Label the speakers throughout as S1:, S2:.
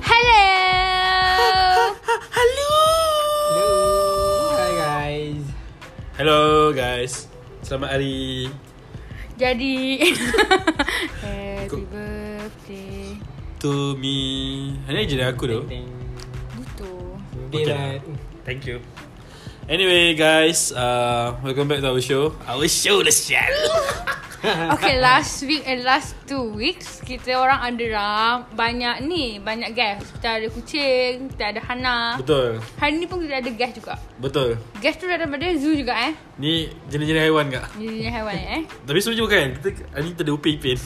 S1: Hello.
S2: Hello.
S3: Hello. Hi guys.
S2: Hello guys. Selamat hari.
S1: Jadi Happy birthday
S2: To me. Hari ni je dah aku tu. lah.
S1: Butuh
S3: Daylight.
S4: lah.
S2: Thank you. Anyway guys, uh, welcome back to our show. Our show the channel.
S1: Okay last week and last two weeks Kita orang underam Banyak ni Banyak guest Kita ada kucing Kita ada Hana
S2: Betul.
S1: Hari ni pun kita ada guest juga
S2: Betul.
S1: Guest tu daripada zoo juga eh
S2: Ni jenis-jenis haiwan kak.
S1: Ni jenis haiwan eh
S2: Tapi setuju kan? Kita hari ni kita ada Upin Ah, Ipin.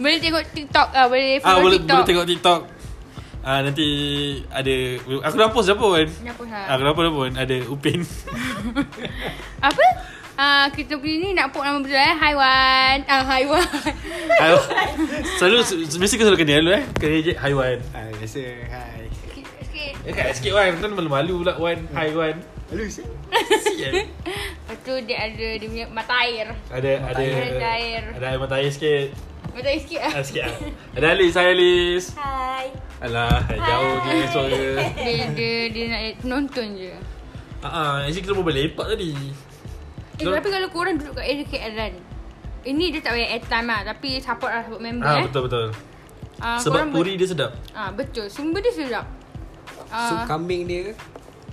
S1: Boleh tengok TikTok ah, Boleh
S2: ah,
S1: follow
S2: boleh,
S1: TikTok
S2: boleh tengok TikTok. Ah, nanti ada aku dah post dah pun.
S1: Ni apa
S2: Ah,
S1: sah?
S2: kenapa dah pun ada Upin.
S1: Apa? Ah, kita punya ni nak put nama betul eh Haiwan Ah, Haiwan
S2: Haiwan. selalu mesti kau selalu kena dulu eh. Kena je haiwan.
S4: Ah,
S3: Hai, biasa. Hai.
S1: Sikit-sikit
S2: Eh kat sikit Wan Kan malu-malu pula Wan Hai Wan
S3: Hello, Isi.
S2: Sial.
S1: Lepas tu dia ada dia punya mata air.
S2: Ada Ada
S1: Ada air.
S2: Ada air mata air sikit
S1: Mata air sikit lah.
S2: ah, Sikit ah. Ada Alis Hai Alis
S5: Hai.
S2: Alah Jauh je suara
S1: Dia, dia, dia nak penonton je.
S2: Ah, uh Actually kita mau lepak tadi
S1: Eh,
S2: Betul.
S1: tapi kalau korang duduk kat area KL kan, ini dia tak payah airtime lah. Tapi support lah support member
S2: Ah
S1: eh.
S2: betul betul
S1: Ah, korang
S2: Sebab
S1: ber-
S2: puri dia sedap
S1: Ah, betul. Sumber dia sedap.
S3: So,
S1: Ah,
S3: kambing dia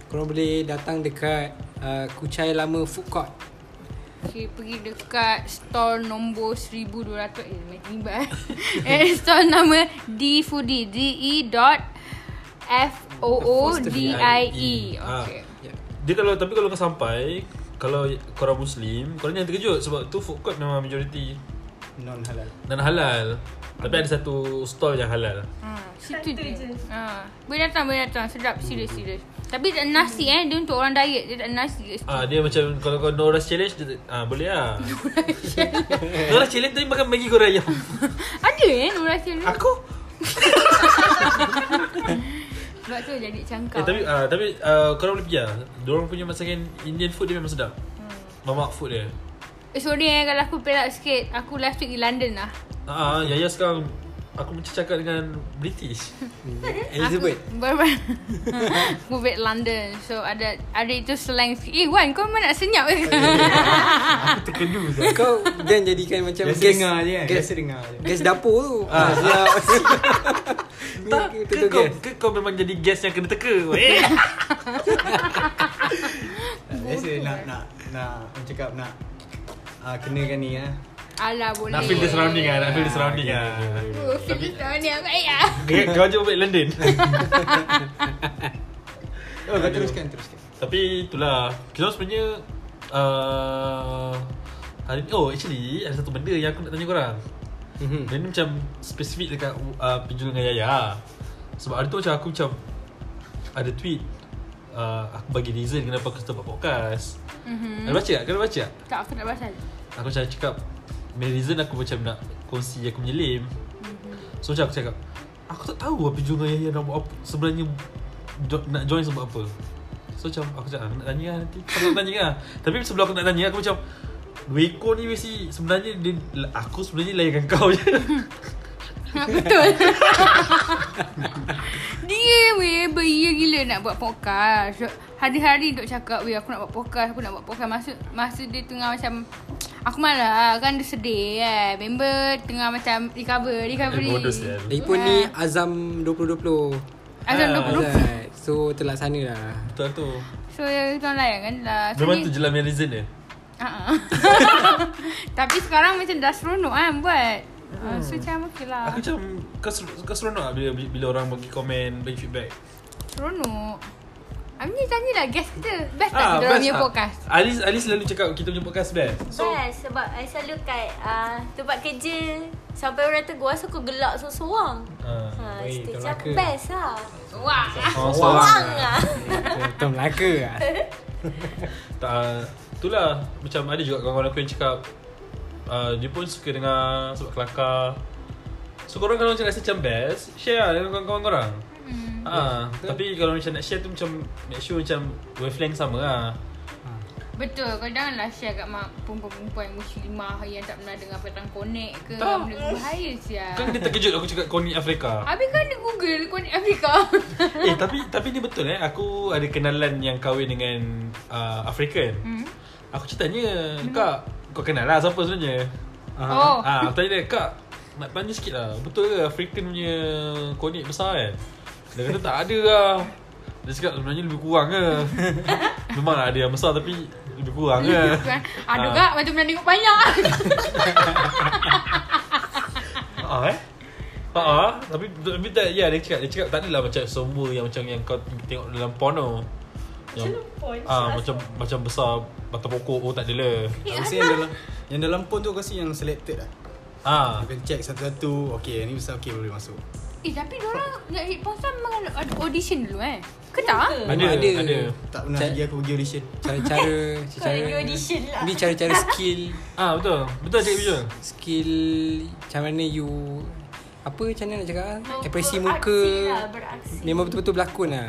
S3: korang boleh datang dekat uh, Kucai Lama Food Court.
S1: okay, pergi dekat store nombor 1200. Eh, main tiba eh. eh, store nama D Foodie. D E dot F O O D I E.
S2: Ah.
S1: Okay.
S3: Yeah.
S2: Dia kalau Tapi kalau kau sampai Kalau korang muslim Korang jangan terkejut Sebab tu food court memang majority
S3: Non halal.
S2: Dan halal Tapi ada satu stall yang halal
S1: Ah, situ je. Ha. Boleh datang, boleh datang. Sedap, serius, serius. Tapi tak ada nasi eh. Dia untuk orang diet. Dia tak ada nasi kat situ.
S2: Ah dia macam kalau kau no rush challenge dia, ah boleh lah. no rush challenge tadi makan Maggi goreng ayam.
S1: Ada eh Nurul Hasil ni.
S2: Aku
S1: Sebab tu jadi cangkau.
S2: eh, tapi ah tapi ah, korang boleh pergi ah. Diorang punya masakan Indian food dia memang sedap. Hmm. Mamak food dia.
S1: eh, sorry eh kalau aku pelak sikit. Aku last week di London lah.
S2: Ah ah, Yaya sekarang aku macam cakap dengan British.
S3: Hmm.
S2: Eh,
S3: Elizabeth.
S1: Aku baru Aku back London. So ada ada itu slang sikit. Eh Wan kau memang nak senyap ke?
S2: Oh, ya, aku terkenu sah.
S3: Kau jangan jadikan macam
S4: Biasa
S3: gas-
S4: dengar je kan
S3: Gas,
S4: Biasa dengar je
S3: gas dapur tu. Ah, siap. Ni
S2: Tak,
S3: kita
S2: ke
S3: tu
S2: kau,
S3: gas.
S2: ke kau memang jadi gas yang kena teka. Eh.
S4: Biasa nak Nak Nak Orang cakap nak ah, Kenakan ni lah
S1: Alah boleh.
S2: nak feel the surrounding ah, nak feel the surrounding ah.
S1: Oh, Feel the surrounding aku eh, ah. ayah.
S2: Kau- Kau je balik London.
S4: Oh kau teruskan Teruskan
S2: Tapi itulah Kita orang sebenarnya uh, hari ni, Oh actually Ada satu benda yang aku nak tanya korang
S3: Mhm.
S2: Dan ni macam Spesifik dekat uh, Pinjul dengan Yaya Sebab hari tu macam aku macam Ada tweet uh, Aku bagi reason kenapa aku stop buat podcast mm-hmm. Ada baca tak? Kau ada baca tak?
S1: Tak aku nak pasal.
S2: Aku macam cakap Main reason aku macam nak Kongsi aku punya lame
S1: Mm-hmm.
S2: So macam aku cakap Aku tak tahu apa Junga Yahya nak buat apa Sebenarnya jo- Nak join sebab apa So macam aku cakap "Ah, Nak tanya lah nanti Aku nak tanya lah Tapi sebelum aku nak tanya Aku macam Weko ni mesti Sebenarnya dia Aku sebenarnya layankan kau je
S1: Ha, Betul Dia weh Beria gila nak buat podcast So, Hari-hari duk cakap Weh aku nak buat podcast Aku nak buat podcast Masa, masa dia tengah macam Aku malah kan dia sedih kan Member tengah macam recover Recovery
S2: Eh, bodoh sial.
S3: Lagipun ni Azam 2020.
S1: Azam
S2: Ah.
S1: 20
S3: Alright. So terlaksana lah.
S2: Betul tu
S1: So ya kita layan kan lah so,
S2: Memang
S1: ni-
S2: tu je lah main reason dia
S1: Ah, ah. Tapi sekarang macam dah seronok kan buat Ah, So macam okey lah
S2: Aku macam Kau, ser- kau seronok tak bila, bila orang bagi komen Bagi feedback
S1: Seronok Amni tanya lah guest kita Best tak kita orang
S2: Ah, best
S1: punya
S2: tak?
S1: podcast
S2: Alis, Alis selalu cakap Kita punya podcast best
S5: So, Best Kan, sebab I selalu kat uh, tempat kerja sampai orang tegur asal kau gelak seorang.
S2: Ah.
S5: Ha,
S3: Weh,
S5: kita
S3: kau
S5: macam
S3: laka.
S5: best lah.
S1: Wah ah.
S2: Oh,
S5: Seorang lah.
S3: Betul Melaka lah.
S2: Tak, Ah, itulah macam ada juga kawan-kawan aku yang cakap uh, dia pun suka dengar sebab kelakar. So korang kalau macam rasa macam best, share lah dengan kawan-kawan korang.
S1: Hmm.
S2: Ah, Ha, tapi kalau macam nak share tu macam make sure macam wavelength sama lah.
S1: Betul, kau janganlah share kat mak perempuan-perempuan muslimah yang tak pernah dengar petang connect ke.
S2: Tak.
S1: Benda bahaya sial.
S2: Kan dia terkejut aku cakap kau ni Afrika.
S1: Habis kan dia google connect Afrika.
S2: eh tapi tapi ni betul eh. Aku ada kenalan yang kahwin dengan uh, African.
S1: hmm.
S2: Aku cerita tanya Kak Kau kenal lah siapa sebenarnya
S1: Oh.
S2: ha, Aku tanya dia Kak Nak tanya sikit lah Betul ke African punya Konik besar kan Dia kata tak ada lah Dia cakap sebenarnya lebih kurang ke Memang lah ada yang besar tapi Lebih kurang ke
S1: Kan? Aduh
S2: Ah.
S1: kak, macam pernah tengok banyak.
S2: Ah eh Ah, tapi tapi tak ya dia cakap dia cakap tak adalah macam semua yang macam yang kau tengok dalam porno. Yang,
S5: dalam porno?
S2: Ah, macam macam besar batang pokok oh tak ada lah.
S4: Aku rasa yang dalam yang dalam pun tu aku rasa yang selected lah.
S2: Ah.
S4: Akan check satu-satu. Okey, ni besar okey boleh masuk.
S1: eh tapi diorang nak hit pon Star memang ada, ada audition dulu eh. Ke tak?
S2: Ada
S3: Memang
S2: ada. ada.
S4: Tak pernah
S3: Check.
S4: lagi aku pergi audition.
S3: Cara-cara
S5: Kau ada audition lah.
S3: Ni cara-cara skill
S2: Ah betul. Betul cakap bijul.
S3: Skill Macam mana you Apa macam mana nak cakap ah?
S5: Ber-
S3: Ekspresi
S5: beraksi
S3: muka
S5: lah, beraksi.
S3: Memang betul-betul berlakon lah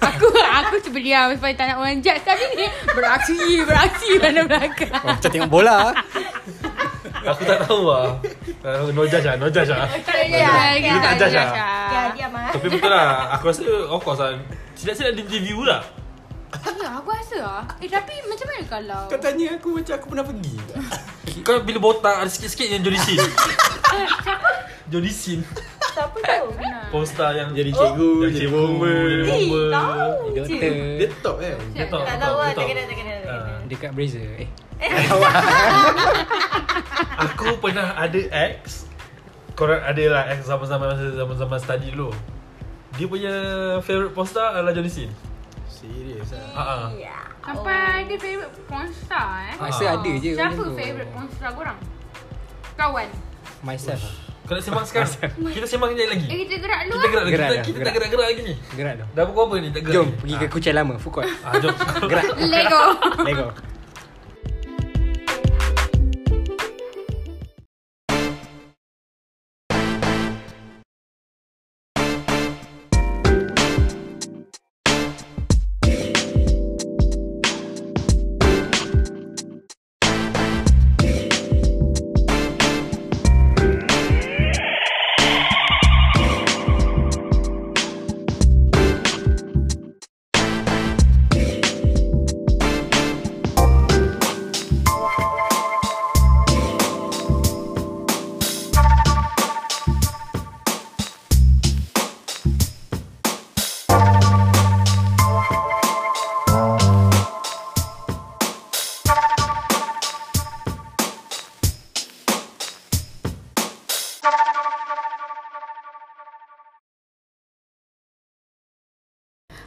S1: aku aku cuba diam supaya tak nak orang judge tapi ni beraksi beraksi mana belakang.
S3: Oh, Macam tengok bola ah.
S2: Aku tak tahu lah Tak tahu, No judge lah No judge lah
S1: Tak ada.
S2: You tak judge ah?
S5: Ya,
S1: ah.
S5: diam ah.
S2: Tapi betul lah Aku rasa Of course lah Silap-silap dia interview lah
S1: Ya, aku rasa ah. Eh tapi macam mana kalau?
S4: Kau tanya aku macam aku pernah pergi.
S2: Kau bila botak Ada sikit-sikit yang Jody Sin Jody Sin
S5: Siapa tahu?
S2: Popstar yang
S4: Jadi cikgu,
S2: Yang
S4: jadi
S2: cikgu
S4: bomber.
S2: Jadi
S5: Eh,
S2: bomber
S5: tahu je.
S3: Doktor
S4: Dia top eh.
S2: Dia tahu,
S5: Tak
S2: dia dia
S5: tahu lah, tak kena, tak kena, tak kena.
S2: Ah.
S3: Dekat Brazzer Eh
S2: Aku pernah ada ex Korang ada lah ex zaman-zaman masa zaman-zaman study dulu Dia punya favourite popstar adalah Jody Sin
S4: Serius ah.
S2: Ah, ah.
S5: Ya.
S1: Sampai ada favourite pornstar eh.
S3: Rasa
S2: Ah.
S3: ada je
S1: Siapa
S3: benda tu.
S1: favourite pornstar korang? Kawan.
S3: Myself lah
S2: Kau nak sembang sekarang? Kita sembang kejap lagi
S1: Eh kita gerak dulu
S2: Kita
S1: ah.
S2: gerak lagi Kita,
S3: Gerak dah,
S2: kita tak
S3: gerak.
S2: gerak-gerak lagi ni
S3: Gerak tu
S2: Dah pukul apa ni? Tak gerak
S3: Jom
S2: ni?
S3: pergi ke Kuchai Lama Food court
S2: Ah, jom.
S3: Gerak
S1: Lego.
S3: Lego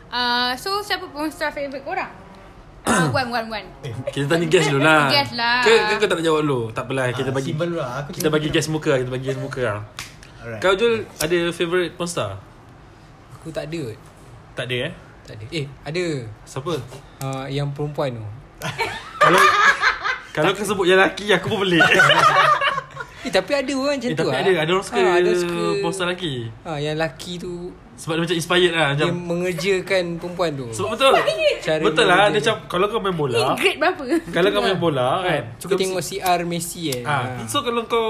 S1: Ah, so siapa pornstar favourite korang? Ah, Wan, Wan, Wan.
S2: Kita tanya guess dulu lah.
S1: Guess lah.
S2: Ke, ke kau tak nak jawab dulu? Tak apalah, kita
S4: Ah,
S2: bagi.
S4: simple lah. Aku
S2: Kita
S4: cuma
S2: bagi
S4: nak-
S2: guess muka, kita bagi guess muka lah.
S4: Alright.
S2: Kau Jul ada favourite pornstar?
S3: Aku tak ada
S2: Tak ada eh?
S3: Tak ada Eh ada
S2: Siapa?
S3: uh, Yang perempuan tu
S2: kalau kalau kau sebut yang lelaki, aku pun pelik.
S3: Eh tapi ada orang
S2: eh,
S3: macam tu
S2: tapi
S3: ah.
S2: ada, ada orang suka,
S3: Ah,
S2: ha,
S3: ada
S2: pornstar lelaki.
S3: ha, Yang lelaki tu
S2: Sebab dia macam inspired lah.
S3: Dia
S2: Macam,
S3: mengerjakan perempuan tu
S2: sebab betul.
S3: Cara
S2: betul
S3: dia-
S2: lah,
S3: dia-
S2: dia macam, kalau kau main bola,
S1: Grade berapa?
S2: Ya. kalau
S1: lah.
S2: kau main bola kan.
S3: Suka
S2: kau-
S3: tengok CR Messi eh
S2: Ah, so kalau kau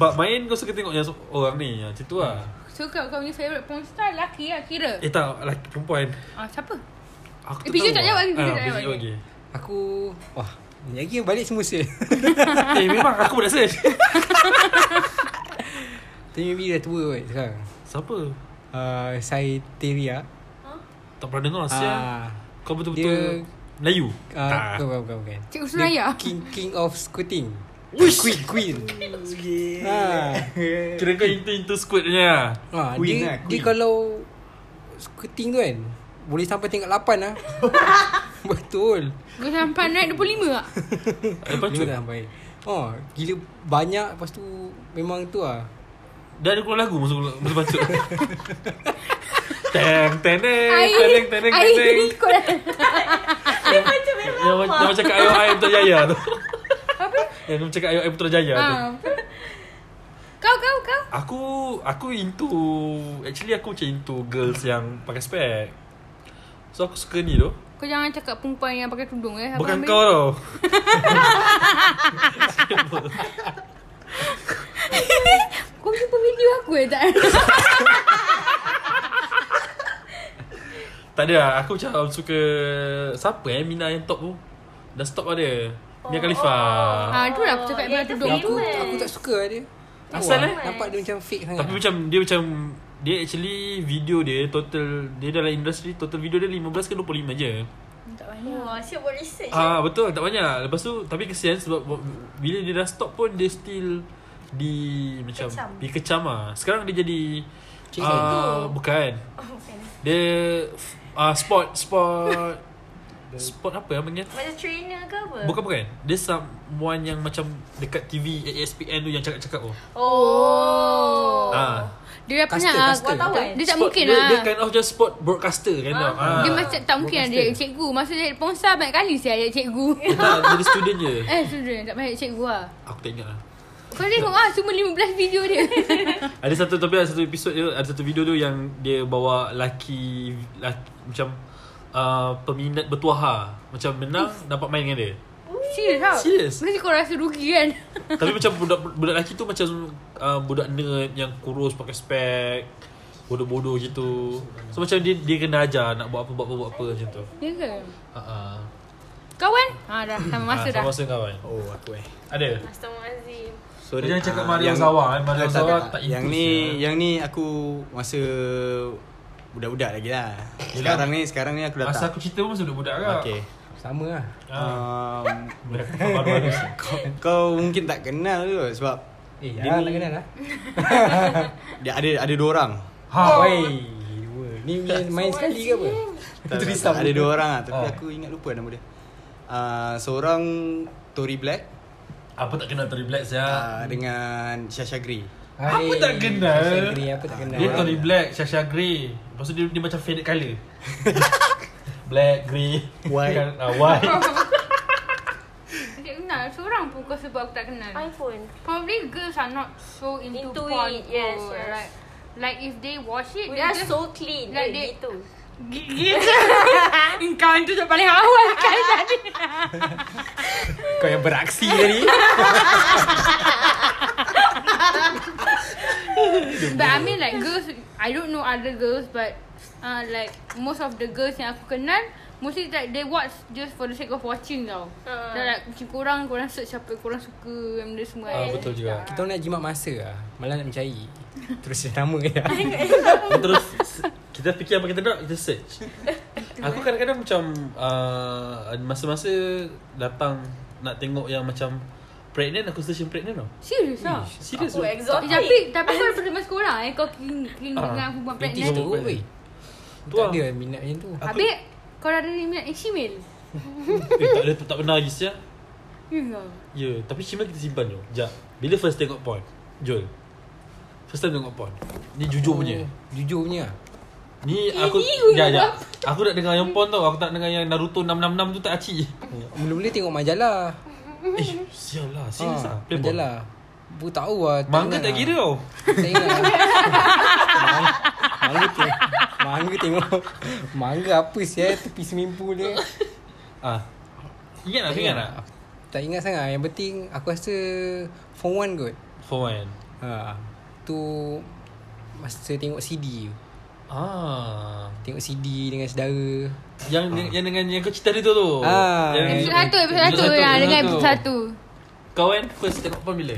S2: bab main kau suka tengok yang so- orang ni yang macam tu lah.
S1: So kau kau punya favourite pornstar lelaki lah kira.
S2: Eh tak, lelaki perempuan.
S1: Ah, siapa?
S2: Aku
S1: Eh, Piju
S2: tahu
S1: tak
S2: lah.
S1: jawab lagi, Piju
S2: Ah,
S1: tak
S2: Piju
S1: jawab
S2: jawab
S1: lagi.
S2: lagi.
S3: Aku Wah ni Lagi balik semua sel
S2: Eh memang aku pun nak search
S3: Tapi maybe dah tua kot sekarang
S2: Siapa?
S3: uh, Saiteria
S2: Tak pernah dengar Sia
S3: Ah,
S2: Kau betul-betul
S3: Dia-
S2: Melayu?
S3: uh,
S2: Tak.
S3: Bukan bukan bukan, bukan
S1: Cikgu Suraya.
S3: The King King of Scooting Queen Queen ha.
S2: Kira kau into, into squid punya
S3: ha, dia,
S4: Queen lah,
S2: eh,
S3: dia
S4: Queen.
S3: kalau Scooting tu kan Boleh sampai tingkat 8 lah Betul
S1: Kau sampai naik 25 tak?
S2: Ada
S3: Lima
S2: pacut
S3: dah sampai Oh Gila banyak Lepas tu Memang tu lah
S2: Dah ada keluar lagu masa, masa pacut Teng teng teng
S1: Air
S2: teng teng teng
S1: Air
S2: teng
S1: ikut lah. dah
S5: Dia macam memang
S2: Yang
S5: lama.
S2: ma- yang macam kat Ayo Ayo Putrajaya tu Apa? Yang macam kat Ayo Ayo Putrajaya tu
S1: Ah. Kau kau kau
S2: Aku Aku into Actually aku macam into girls yang pakai spek So aku suka ni tu
S1: Kau jangan cakap perempuan yang pakai tudung eh. Abang
S2: Bukan
S1: ambil-
S2: kau tau
S1: Kau jumpa video aku eh tak?
S2: Tak ada lah Aku macam suka Siapa eh Mina yang top tu Dah stop ada Mia Khalifa
S5: Oh,
S1: Ah, tu lah aku cakap pasal tudung
S3: Aku aku tak suka lah dia. Tahu
S2: Asal
S3: lah,
S2: eh?
S3: Nampak dia macam fake sangat.
S2: Tapi macam Dia macam Dia actually Video dia total Dia dalam industri Total video dia 15 ke 25 je
S5: Wah, siap buat research.
S2: Ah Betul tak banyak Lepas tu Tapi kesian sebab Bila dia dah stop pun Dia still Di Macam
S5: Kecam.
S2: Dikecam lah Sekarang dia jadi
S3: Cikgu.
S2: ah, Bukan
S5: Oh, bukan.
S2: Dia uh, Sport Sport Sport apa yang panggil
S5: Macam trainer ke apa?
S2: Bukan bukan Dia someone yang macam Dekat TV ESPN tu yang cakap-cakap tu
S5: Oh.
S2: Ah.
S1: Dia dah
S3: Caster,
S1: penat lah.
S3: caster.
S1: Dia, dia tak
S2: Sport-
S1: mungkin
S2: dia,
S1: lah.
S2: Dia kind of just sport broadcaster kan tau ah.
S1: Dia macam tak mungkin lah dia
S3: Broadcaster.
S1: cikgu. Masa dia ponsel banyak kali saya ada cikgu.
S2: Dia tak Jadi student je
S1: eh, student tak payah cikgu lah.
S2: Aku tak ingat lah
S1: Kau tengok lah cuma 15 video dia.
S2: Ada satu Tapi ada satu episod dia Ada satu video tu yang Dia bawa laki, laki Macam uh, Peminat bertuaha Macam menang Dapat main dengan dia
S1: Serius ha? tau?
S2: Serious.
S1: Mesti kau rasa rugi kan?
S2: Tapi macam budak budak lelaki tu macam uh, budak nerd yang kurus pakai spek, bodoh-bodoh gitu. So macam dia dia kena ajar nak buat apa buat apa buat apa macam tu.
S1: Ya ke?
S2: Ha ah.
S1: Kawan? Ha dah, sama masa dah.
S2: Masa kawan.
S4: Oh aku eh
S2: Ada.
S5: Astaghfirullahalazim.
S4: Sorry.
S2: Jangan cakap
S4: Ah,
S2: Mario
S4: yang-
S2: Zawa, eh. Mario
S4: Ah,
S2: Zawa tak
S4: Yang
S2: include
S4: ni
S2: lah.
S4: Yang ni aku Masa Budak-budak lagi lah Sekarang ni Sekarang ni aku dah
S2: Masa
S4: tak
S2: aku cerita pun masa budak-budak kan.
S4: Okay
S3: Sama lah.
S2: Ah.
S4: um,
S2: Budak baru-baru ni.
S4: kau, kau mungkin tak kenal tu Sebab
S3: Eh,
S4: Dia
S3: ya,
S4: ni-
S3: tak kenal lah.
S4: dia ada ada dua orang
S2: Ha.
S3: Woi, dua. Ni main, main sekali ke apa?
S4: Tak- tak- Ada dua orang lah
S2: Oh.
S4: Tapi aku ingat lupa nama dia uh, Seorang Tory Black
S2: Apa tak kenal Tony Black saya?
S4: uh, Dengan Shasha Grey
S2: Apa tak kenal?
S3: Agree, apa tak kenal?
S2: Dia Tony Black, Shasha Grey. Lepas tu dia, dia macam faded colour. Black, grey,
S4: White.
S2: Ah, white.
S1: Aku tak kenal. Seorang pun kau sebab aku tak kenal.
S5: iPhone.
S1: Probably girls are not so into,
S5: Into
S1: porn.
S5: it, yes,
S1: kot,
S5: yes.
S1: Right? Like if they watch it,
S5: We
S1: they
S5: are
S1: just
S5: so clean.
S1: like they-
S5: Like gitu.
S1: Gitu Kau itu yang paling awal kan tadi
S3: Kau yang beraksi tadi.
S1: But I mean like girls I don't know other girls But uh, Like Most of the girls yang aku kenal Mostly like they watch Just for the sake of watching tau
S5: Ha.
S1: Dah like Macam korang Korang search apa yang korang suka Benda semua eh.
S2: Ah, betul juga.
S3: Kita orang nak jimat masa lah. Malah nak mencari. Terus yang nama je lah.
S2: Kita terus kita fikir apa kita nak kita search. Aku kadang-kadang macam uh, masa-masa datang nak tengok yang macam pregnant aku search yang pregnant tau.
S1: Serius tau
S2: Serius. tu.
S5: Aku
S1: Eh,
S5: exotic.
S1: tapi tapi kau daripada masa sekolah eh kau kini kini
S2: Ah,
S1: dengan perempuan
S2: dating
S1: pregnant.
S2: semua.
S3: Oh, weh.
S2: Tu
S3: Tak
S2: lah.
S3: ada minat macam tu.
S2: Aku-
S1: Habis kau dah ada minat eh, shemale.
S2: Eh, tak ada tak pernah lagi
S1: Ya.
S2: sia.
S1: Yeah.
S2: Ya, yeah, tapi cuma kita simpan tu. Jap. Bila first tengok porn? Jol. First time tengok porn. Ni jujur punya.
S3: Jujur punya.
S2: Oh. Eh, Ni aku
S1: Ini
S2: Jap,
S1: rumah.
S2: jap. Aku nak dengar yang porn tau. Aku tak dengar yang Naruto 666 tu tak aci.
S3: Mula-mula tengok majalah.
S2: Eh, sial lah. Serius ah.
S3: Ah,
S2: Play porn.
S3: majalah. Bu tahu lah.
S2: Mangga tak
S3: ingat lah.
S2: kira tau.
S3: Tak ingat lah. Mang- Mangga tengok. Mangga tengok. Mangga apa sial tepi swimming pool dia.
S2: Ah. Ingat tak? Ingat tak?
S3: Tak ingat sangat. Yang penting aku rasa form 1 kot.
S2: For one.
S3: Ha. Tu masa tengok CD.
S2: Ah.
S3: Tengok CD dengan saudara.
S2: Yang ah. yang dengan yang kau cerita dia tu tu.
S3: Ah.
S1: Episode
S2: Eh,
S3: Episode
S1: satu, episode satu yang dengan episode satu.
S2: Kawan first tengok pun bila?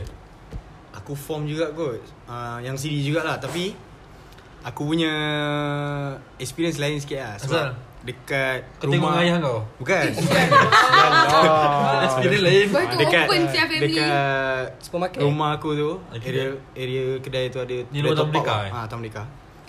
S4: Aku form juga kot uh, Yang CD jugalah Tapi Aku punya Experience lain sikit lah Sebab
S2: Asal?
S4: Dekat
S2: Kau tengok dengan ayah kau.
S4: Bukan
S2: Ah. Experience lain.
S1: Kau tu open siap family.
S4: Dekat
S3: Supermarket.
S4: Rumah aku tu
S2: Okay.
S4: Area area kedai tu ada
S2: Ni rumah Taman Merdeka, eh?
S4: eh? Ha, Taman Merdeka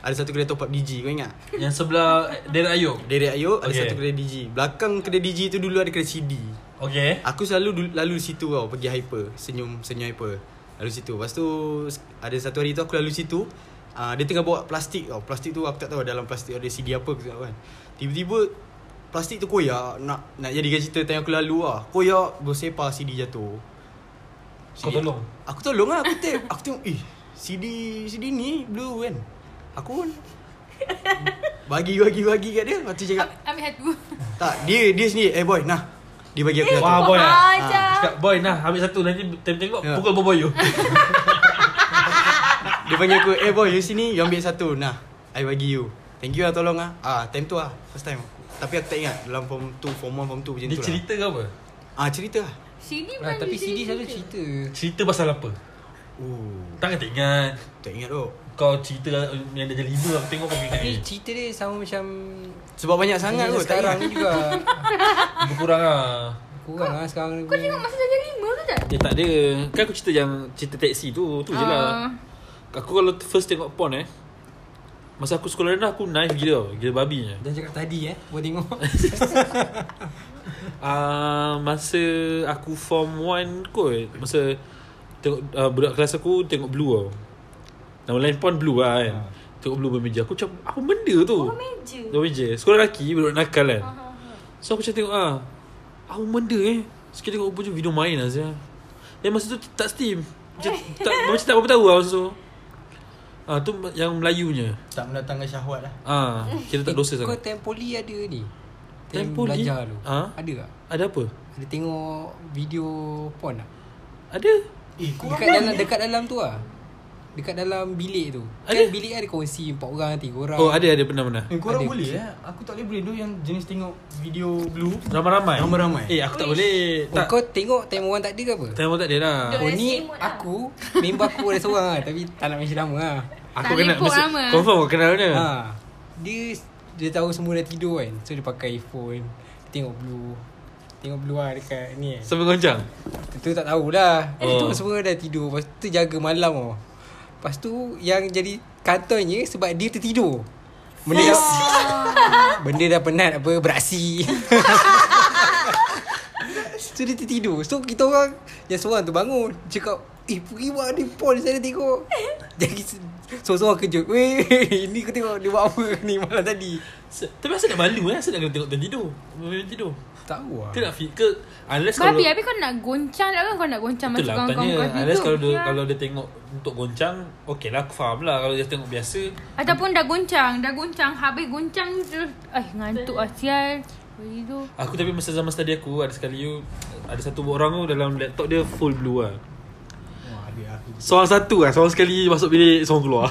S4: Ada satu kedai top up DG kau ingat?
S2: Yang sebelah Dera Ayub.
S4: Dari Ayok ada
S2: Okay.
S4: satu kedai DG Belakang kedai DG tu dulu ada kedai CD
S2: Okay.
S4: Aku selalu dul- lalu situ tau Pergi hyper Senyum senyum hyper Lalu situ Lepas tu s- Ada satu hari tu aku lalu situ uh, Dia tengah bawa plastik tau Plastik tu aku tak tahu Dalam plastik ada CD apa ke tak tahu kan Tiba-tiba Plastik tu koyak Nak nak jadikan cerita Time aku lalu lah Koyak Bersepah CD jatuh
S2: Kau tolong?
S4: Aku tolong lah Aku tap Aku tengok Eh CD CD ni Blue kan Aku pun Bagi bagi bagi kat dia Lepas tu cakap
S1: Ambil, ambil satu.
S4: Tak dia dia sendiri Eh boy nah Dia bagi aku
S2: Wah
S4: satu
S2: boy lah
S5: ajar.
S2: Cakap boy nah ambil satu Nanti time tengok
S4: Ya.
S2: Pukul boboyo
S4: Dia panggil aku Eh boy you sini You ambil satu Nah I bagi you Thank you lah tolong lah Ah time tu lah First time Tapi aku tak ingat Dalam form 2 Form 1 form 2 macam
S2: Dia
S4: tu
S2: cerita ke apa?
S4: lah Ah cerita lah
S1: CD
S3: Ah,
S1: bukan
S3: tapi
S1: cerita.
S3: CD selalu cerita.
S2: Cerita pasal apa?
S4: Uh,
S2: Takkan tak ingat
S4: tak ingat tu
S2: Kau cerita yang dah jadi lima Aku tengok kau ingat
S3: Tapi
S2: eh.
S3: cerita dia sama macam
S4: Sebab banyak sangat
S3: cerita
S4: tu tak
S3: Sekarang
S4: ingat
S3: ni juga
S2: Berkurang lah
S3: Kurang lah sekarang ni
S1: Kau tengok masa dah jadi lima ke tak?
S6: Eh tak ada Kan aku cerita yang Cerita teksi tu Tu je
S1: Ah.
S6: lah Aku kalau first tengok porn eh Masa aku sekolah rendah Aku naif gila tau. Gila babi je
S3: Dan cakap tadi eh Buat tengok
S6: Ah, Masa aku form 1 kot Masa Tengok uh, Budak kelas aku Tengok blue tau Nama lain pun blue lah kan Tengok blue bermeja Aku macam Apa benda tu
S5: Oh meja.
S6: Bermeja Sekolah lelaki Budak nakal kan So aku macam tengok ah, Apa benda eh Sekali tengok pun video main lah saya. Dan masa tu tak steam Macam tak, macam tak apa tahu lah masa tu Ah tu yang Melayunya
S4: Tak mendatangkan syahwat lah
S6: Ah Kita tak dosa
S3: Kau
S6: sangat
S3: time poli ada ni
S6: Time
S3: Time
S6: poli?
S3: belajar tu
S6: Ah?
S3: Ada tak?
S6: Ada apa?
S3: Ada tengok video porn tak?
S6: Ada
S4: Eh
S3: Dekat dalam, dekat dalam tu lah Dekat dalam bilik tu
S6: Ada.
S3: Kan bilik ada kongsi Empat orang, tiga orang
S6: Oh ada ada pernah pernah
S4: Eh, korang
S3: Ada
S4: boleh eh? Aku tak boleh boleh tu yang jenis tengok video blue.
S2: Ramai-ramai
S4: Ramai-ramai.
S2: Eh aku tak boleh
S3: Oh,
S2: Tak
S3: kau tengok time orang tak ada ke apa?
S6: Time tak ada lah
S5: Dok-
S3: Oh
S1: eh.
S3: ni
S5: Resim pun lah.
S3: aku Member aku ada seorang lah Tapi tak nak mention nama lah
S6: Aku
S1: Tak
S6: kenal
S1: report
S6: mesti-
S1: lama.
S6: Confirm aku kenal dia
S3: ha, Dia Dia tahu semua dah tidur kan So dia pakai phone dia Tengok blue Tengok blue lah dekat ni kan
S6: Sampai goncang
S3: Tentu tak tahulah
S6: Oh.
S3: oh. Itu semua dah tidur Lepas tu jaga malam oh. Lepas tu yang jadi kantornya Sebab dia tertidur Benda dah, benda dah penat apa Beraksi So dia tertidur So kita orang Yang seorang tu bangun Cakap Eh pergi buat ada porn Saya dah tengok Jadi Seorang-seorang kejut Weh Ini kau tengok Dia buat apa ni malam tadi
S2: Se- Tapi asal nak malu eh Asal nak kena tengok time tidur Memang tidur
S3: Tahu lah
S2: Ke nak fit ke Unless kalau
S1: Babi, habis kau nak goncang tak kan? Kau nak goncang
S6: Betul
S1: masa
S6: lah aku
S1: kawan-kawan
S6: tanya
S1: kau
S6: Unless
S1: tidur.
S6: kalau dia,
S1: Ya.
S6: kalau dia tengok Untuk goncang Okay lah aku faham lah Kalau dia tengok biasa
S1: Ataupun dah goncang Dah goncang Habis goncang terus Eh ngantuk lah sial Begitu
S6: Aku tapi masa zaman study aku Ada sekali you Ada satu orang tu Dalam laptop dia full blue lah
S4: Wah, ada aku.
S6: Seorang satu lah Seorang sekali masuk bilik Seorang keluar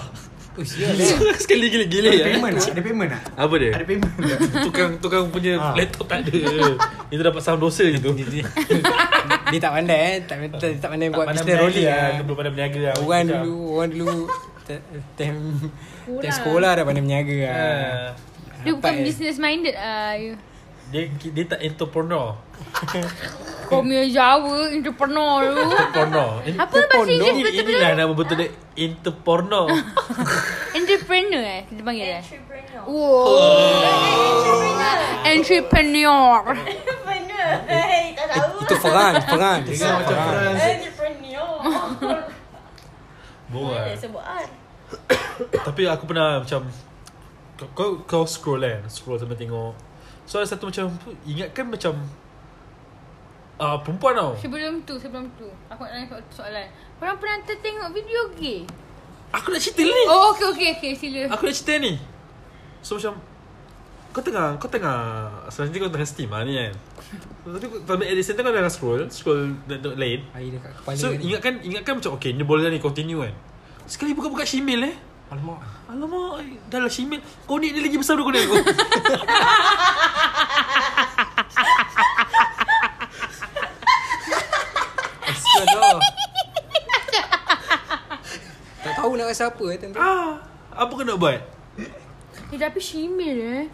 S3: Oh
S6: ya.
S3: sial
S6: Seorang sekali gila-gila
S4: Ada
S6: eh.
S4: payment tak? Ya. Ada payment tak?
S6: Apa dia?
S4: Ada payment tak?
S6: Tukang tukang punya
S4: Ah.
S6: laptop tak ada Itu dapat sound dosa gitu
S3: Dia tak pandai eh Tak, tak, tak pandai buat
S2: pandai
S3: business
S2: berniaga
S3: rolling
S2: lah.
S6: kan.
S3: lah
S2: Dia Belum pandai berniaga lah
S3: Orang
S2: Macam-
S3: dulu Orang dulu te- Time Time sekolah dah pandai meniaga lah
S2: Ah,
S1: Dia bukan
S3: Nampak, eh?
S1: business minded ah. you.
S2: Dia dia tak entrepreneur
S1: Kau punya Jawa Entrepreneur tu
S2: Entrepreneur In-
S1: Apa bahasa Inggeris
S3: Entrepreneur.
S2: Ini-
S1: betul-betul
S2: Inilah nama betul dia Entrepreneur
S1: Entrepreneur eh Kita panggil eh
S5: Entrepreneur.
S1: Wow
S5: Entrepreneur.
S1: Entrepreneur
S5: Entrepreneur. Hei, tak tahu. lah.
S3: Itu Farhan Farhan
S4: Dengar macam Frans.
S5: Entrepreneur.
S2: Boa
S5: Ada sebut ah.
S2: Tapi aku pernah macam kau- Kau, kau scroll kan Scroll sampai tengok So ada satu macam Ingatkan macam uh, Perempuan tau
S1: Sebelum tu Sebelum tu Aku nak tanya so- soalan Korang pernah tertengok video gay?
S2: Aku nak cerita ni
S1: Oh okay okay okay Sila
S2: Aku nak cerita ni So macam Kau tengah Kau tengah Selanjutnya kau tengah steam lah ni kan Tapi Tapi at the same time kau tengah scroll Scroll the- the lain
S3: Air dekat kepala
S2: So
S3: ni.
S2: ingatkan Ingatkan macam Okay ni boleh dah ni Continue kan Sekali buka-buka Shimil eh
S3: Alamak
S2: Alamak eh, Dah lah Shimil Konik dia lagi besar daripada konik aku
S3: Astaga Tak tahu nak rasa apa eh time tu
S2: ah, Apa kau nak buat
S1: Eh tapi Shimil eh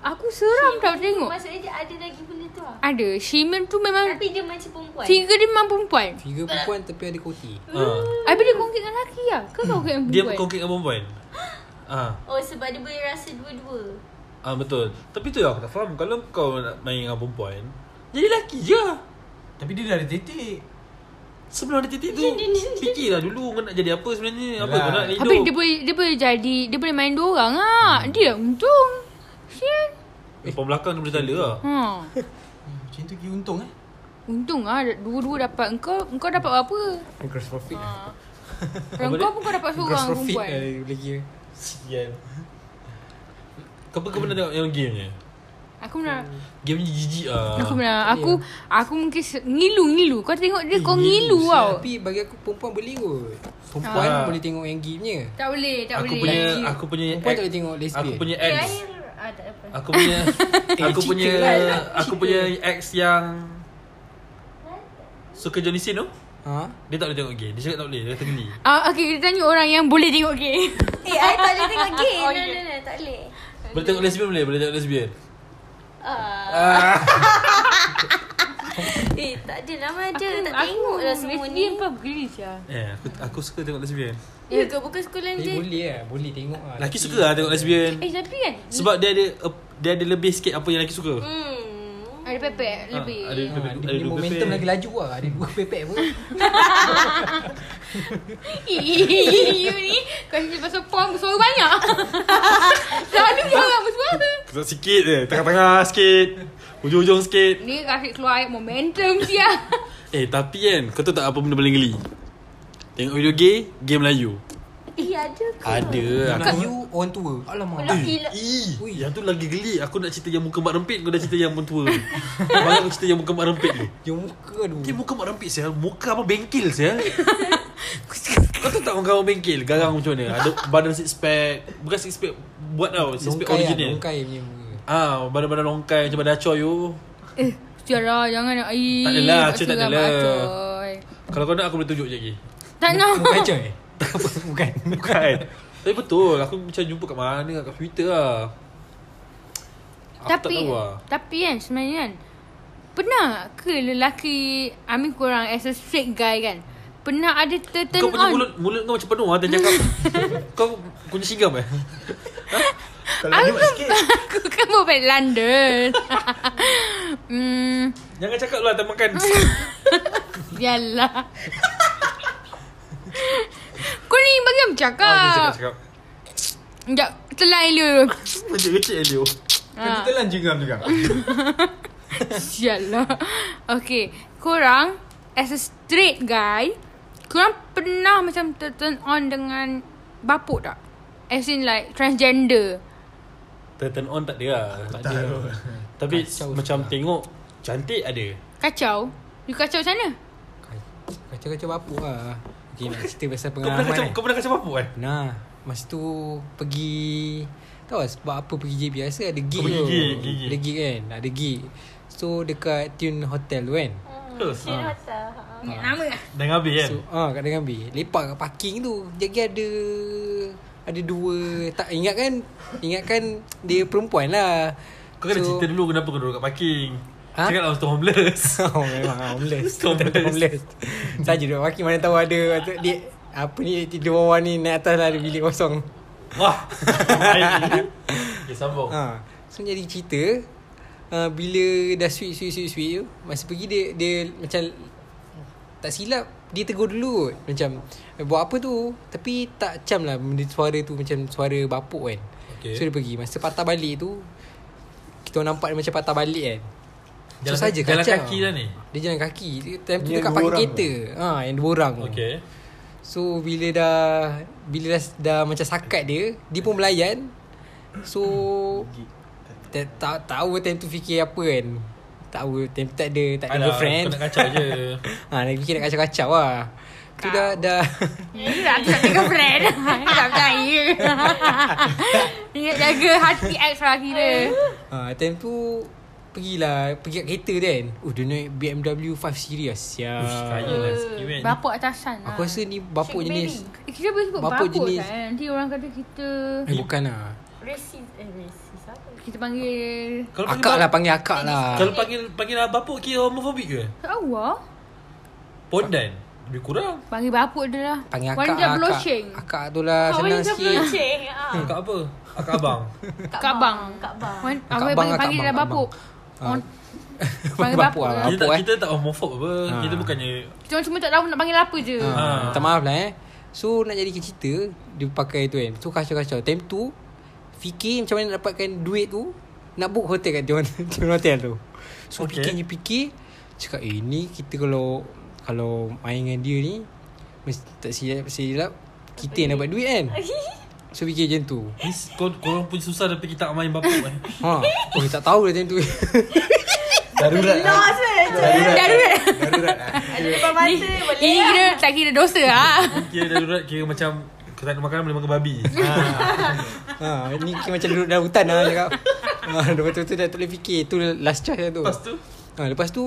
S1: Aku seram tau tengok
S5: Maksudnya dia ada lagi benda tu ah.
S1: Ada Shimil tu memang
S5: Tapi dia macam perempuan.
S1: Tiga dia memang perempuan
S3: Figure perempuan tapi ada koti
S2: ah.
S1: Habis dia kongkit dengan lelaki lah Ke kau kongkit dengan
S2: Dia
S1: perempuan?
S2: kongkit dengan perempuan ah,
S5: Oh sebab dia boleh rasa dua-dua.
S2: ah Betul Tapi tu yang aku tak faham Kalau kau nak main dengan perempuan Jadi lelaki je
S4: Tapi dia dah ada titik.
S2: Sebelum ada titik tu Fikirlah dulu Kau nak jadi apa sebenarnya Apa
S4: Yalah.
S2: kau nak hidup
S1: Habis dia boleh, dia boleh jadi Dia boleh main dua orang lah Dia untung Sian
S2: Depan belakang dia boleh tala lah
S1: ha.
S4: Hmm, Macam tu kira untung eh.
S1: Untung lah Dua-dua dapat Engkau engkau dapat berapa
S3: Gross profit lah
S1: Kalau engkau pun kau dapat seorang
S3: eh. Gross profit
S1: perempuan
S3: lah dia boleh kira
S2: Sial Kau kau pernah tengok yang game ni?
S1: Aku pernah
S2: Game ni jijik ah.
S1: Aku pernah Aku Aku mungkin se- Ngilu-ngilu Kau tengok dia Kau ngilu tau
S3: Tapi bagi aku perempuan boleh kot Perempuan
S2: Ah.
S3: boleh tengok yang gamenya
S1: Tak boleh Tak
S2: Aku
S1: boleh
S2: punya
S3: Lelaki-
S2: aku punya
S3: perempuan tak
S2: ex-
S3: boleh tengok lesbian.
S2: Aku punya ex.
S5: Terakhir ah, Tak apa
S2: Aku punya aku
S3: cheater
S2: punya
S3: lah.
S2: aku punya ex yang suka Johnny Sin tu.
S3: Ha?
S2: Dia tak boleh tengok game. Dia cakap tak boleh. Dia kata geli.
S1: Ah, okay, kita tanya orang yang boleh tengok gay.
S5: Eh I tak boleh tengok gay
S1: Oh,
S5: No no
S1: yeah.
S5: no tak boleh
S2: Boleh tengok lesbian boleh? Boleh tengok lesbian. Ah.
S5: Ah. Eh tak ada lama ada Tak tengok lah semua ni
S1: Lesbian gris lah.
S2: Eh, aku, aku suka tengok lesbian.
S5: Ya ke bukan sekolah
S3: Eh,
S5: je
S3: boleh lah Boleh tengok lah
S2: Laki suka lah tengok lesbian.
S1: Eh, tapi kan
S2: Sebab dia ada a- dia ada lebih sikit apa yang lelaki suka.
S5: Hmm
S1: ada pepek lebih.
S2: Ah, ada lebih-
S3: Ha, dia
S2: ada
S3: punya
S2: dua
S3: momentum
S2: pepek.
S3: lagi laju lah Ada dua pepek pun
S1: Ih, you ni kau ni pasal pom bersuara banyak. Selalu dia orang bersuara.
S2: Kesak sikit je Tengah-tengah sikit Ujung-ujung sikit
S1: Ni asyik keluar ayat momentum sia.
S2: Eh tapi kan Kau tahu tak apa benda paling geli Tengok video gay Game Melayu
S5: Eh ada ke
S2: Ada Ah.
S3: Bukan you orang tua Alamak Eh,
S5: Pula gila
S2: Ih, yang tu lagi geli Aku nak cerita yang muka mak rempit Kau dah cerita yang mentua Banyak aku cerita yang muka mak rempit tu
S3: Dia muka aduh
S2: Dia muka mak rempit saya Muka apa bengkil saya Kau tahu tak orang kawan bengkil Garang macam mana Ada badan six pack Bukan six pack Buat tau Six pack
S3: Longkai lah
S2: original
S3: Longkai punya muka
S2: Ah, badan-badan longkai Macam badan acoy you
S1: eh, Tiara jangan nak Ih,
S2: Tak
S1: kat
S2: adalah, Acoi, tak
S1: surah
S2: adalah.
S1: Acoi.
S2: Kalau kau nak aku boleh tunjuk je lagi
S1: Tak nak.
S3: Muka eh? coy Bukan
S2: Bukan Tapi Eh, betul Aku macam jumpa kat mana Kat Twitter lah Aku
S1: Tapi
S2: tak tahu lah
S1: tapi kan sebenarnya kan pernah ke lelaki Amin korang as a straight guy kan? Pernah ada ter turn
S2: Kau punya
S1: on.
S2: mulut Mulut kau macam penuh lah Dan cakap Kau kunci singgam eh
S4: Kalau you sikit
S1: Aku kan bukan London. hmm,
S2: Jangan cakap lah Tak makan
S1: Yalah Kau ni bagi aku
S2: Ah, dia
S1: cakap
S2: Cakap cakap
S1: Sekejap Telan dulu
S2: Macam kecil Elio
S1: ha,
S4: kan Kita lan jengam juga
S1: Sialah lah. Okay Korang As a straight guy Korang pernah macam ter- turn on dengan Bapuk tak? As in like transgender
S2: Turn turn on tak ada lah Tak ada Tapi
S3: Kacau
S2: macam
S3: sudah.
S2: tengok Cantik ada
S1: Kacau You kacau macam mana?
S3: Kacau-kacau bapuk lah Okay nak cerita pasal
S2: Kau pernah
S3: pengalaman
S2: kacau
S3: eh.
S2: Kau pernah kacau apa eh
S3: Nah Masa tu Pergi Tahu tak sebab apa pergi gig biasa Ada gig
S2: Oh,
S3: tu
S2: gig, gig, gig.
S3: Ada gig kan Ada gig So dekat Tune Hotel tu kan
S2: Terus
S5: Cik Rata
S1: Ingat nama lah
S2: Dah habis kan
S3: So ah kat Dangambi Lepak kat parking tu Jadi ada Ada dua Tak ingat kan Ingat kan Dia perempuan lah
S2: Kau kena cerita dulu Kenapa kau duduk kat parking
S3: Ha?
S2: Cakap lah Untuk homeless
S3: Oh memang
S2: Homeless.
S3: homeless Betul-betul homeless Saja duduk parking Mana tahu ada patut Dia Apa ni Tidur bawah ni Naik atas lah Ada bilik kosong
S2: Wah Baik Okay sambung
S3: ha. So jadi cerita uh, Bila dah sweet sweet sweet sweet tu Masa pergi dia Dia macam Tak silap Dia tegur dulu kot. Macam "Eh, Buat apa tu Tapi tak cam lah benda Suara tu macam Suara bapuk kan
S2: Okay.
S3: okay. So dia pergi Masa patah balik tu Kita orang nampak dia macam patah balik kan
S2: Jalan-
S3: so saja
S2: jalan
S3: kacau.
S2: kaki lah ni?
S3: Dia jalan kaki Dia- Time tu dekat
S4: Yang dua
S3: parking
S4: orang
S3: kereta ha, Yang dua orang tu.
S2: Okay
S3: So bila dah Bila dah, dah macam sakat dia Dia pun melayan So tak, tak tahu time tu fikir apa kan Tahu time tu tak ada Tak ada
S2: Alah,
S3: girlfriend
S2: kau nak kacau je.
S3: ha, Nak fikir nak kacau-kacau lah Tu dah dah
S1: Ini dah aku tak jaga friend Ini tak percaya Ingat jaga hati ex lah kira
S3: ha, Time tu Pergilah Pergi kat kereta tu kan Oh dia naik BMW 5 Series ya.
S2: Ush, kaya lah sikit kan
S1: Bapuk atasan lah
S3: Aku rasa ni bapuk
S5: Shake
S3: jenis
S1: Eh, kita boleh sebut
S3: Bapa
S1: bapuk, bapuk
S3: jenis-
S1: tak eh? Nanti orang kata kita
S3: Eh bukan lah
S5: Resis Eh resis apa
S1: Kita panggil
S2: Kalau panggil
S3: Akak
S2: bap-
S3: lah panggil akak lah
S2: Kalau panggil panggil bapuk kira homofobik ke?
S1: Tak tahu lah
S2: Pondan Lebih kurang
S1: Panggil bapuk dia lah
S3: Panggil akak
S1: Wanita
S3: lah,
S1: blushing
S3: Akak, akak tu lah senang sikit
S5: Cik
S2: Akak apa? Akak abang
S1: Kak Bang
S5: Kak Bang
S1: Wan-
S3: Akak
S1: Apa panggil,
S3: Bang, akak
S1: panggil
S3: Bang,
S1: dia
S3: akak
S1: bapuk
S3: Bang. Ah.
S1: Orang-
S3: Panggil
S1: Panggil
S3: bapuk
S1: bapuk
S3: lah
S1: lah
S2: Kita tak,
S3: Bapuk, eh.
S2: kita tak homofob apa
S3: Ha.
S2: Kita bukannya
S1: Kita orang cuma tak tahu nak panggil apa je
S2: Ah.
S3: Ha. Minta maaf lah eh. So nak jadi cerita dia pakai tu kan. So kacau-kacau. Time tu fikir macam mana nak dapatkan duit tu nak book hotel kat Dion Dion Hotel tu. So
S2: Okay.
S3: okay. fikirnya fikir cakap eh ni kita kalau kalau main dengan dia ni mesti tak silap silap kita yang dapat duit kan. So fikir macam tu
S2: Ni s- kor- korang pun susah Tapi kita tak main bapak eh
S3: ha. Oh tak tahu dah macam tu
S4: Darurat eh.
S5: Lost lah
S4: Darurat
S1: Darurat.
S4: Darurat
S5: Ada depan mata boleh
S1: Ini kira tak kira dosa ah.
S2: Kira darurat Kira macam Kita tak ada makanan Boleh makan babi
S3: ha. Ni kira macam duduk dalam hutan lah cakap ha. Lepas tu, tu dah tak boleh fikir Tu last choice lah tu
S2: Lepas tu
S3: ha. Lepas tu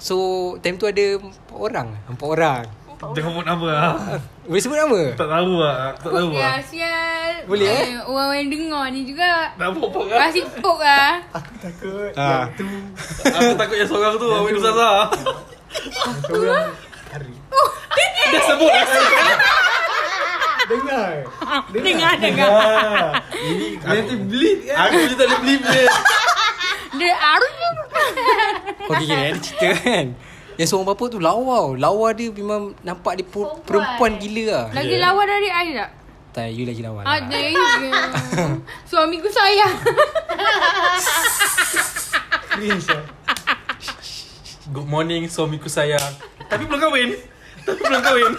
S3: So time tu ada Empat orang Empat orang
S2: Jangan buat nama lah
S3: Boleh sebut nama?
S2: Tak tahu lah Aku tak tahu lah
S1: Ya, sial.
S3: Boleh, eh?
S1: Eh, Orang yang dengar ni juga.
S2: Nak apa-apa kan
S1: Masih pok ah.
S4: Takut
S3: Ah.
S4: Yang tu
S2: Aku takut yang seorang tu Awak Nusa Zah
S4: Orang Hari
S2: Dah sebut lah
S4: Dengar
S1: Dengar dengar.
S4: Ah, Ini
S2: Ya. Nanti bleed kan Aku je tak boleh bleed dia
S1: Dia arus
S3: Okay, okay, ada cerita kan Yang seorang bapa tu lawa tau. Lawa dia memang nampak dia perempuan,
S5: Perempuan.
S3: perempuan gila lah
S1: lagi lawa dari I tak?
S3: Tak, you lagi lawa lah
S1: Ada je. Suamiku sayang.
S4: cringe lah
S2: Good morning suamiku sayang Tapi belum kahwin Tapi belum kahwin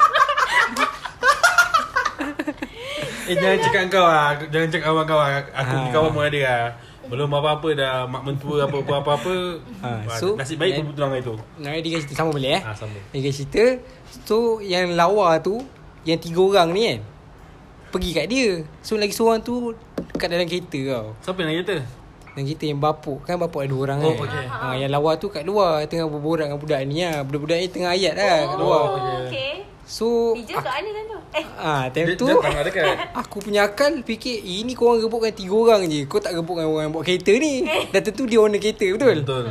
S2: Eh jangan cakap kau lah Jangan cakap abang kau lah Aku
S3: Ah.
S2: ha. kawan pun ada lah Belum apa-apa dah Mak mentua apa-apa apa-apa
S3: Ah,
S2: Wah,
S3: so-
S2: Nasib baik pun bertunang hari tu
S3: Nak dia kasi cerita sama boleh eh
S2: Ah, sama.
S3: Dia kasi cerita So yang lawa tu Yang tiga orang ni kan Pergi kat dia So lagi seorang tu Kat dalam kereta tau
S2: Siapa yang nak kereta?
S3: Dalam kereta yang bapuk Kan bapuk ada dua orang
S2: Oh,
S3: kan
S2: okay.
S3: ha, Yang lawa tu kat luar Tengah berborak dengan budak ni lah Budak-budak ni tengah ayat lah kat luar
S5: Oh okay
S3: So
S5: Bija kat Ali kan tu Eh
S3: Ah, ha, time
S2: Dia,
S3: tu
S2: dia tak nak dekat
S3: Aku punya akal fikir Ini korang gebukkan tiga orang je Kau tak gebukkan orang yang bawa kereta ni
S5: Eh.
S3: Dah tentu dia owner kereta betul
S2: Betul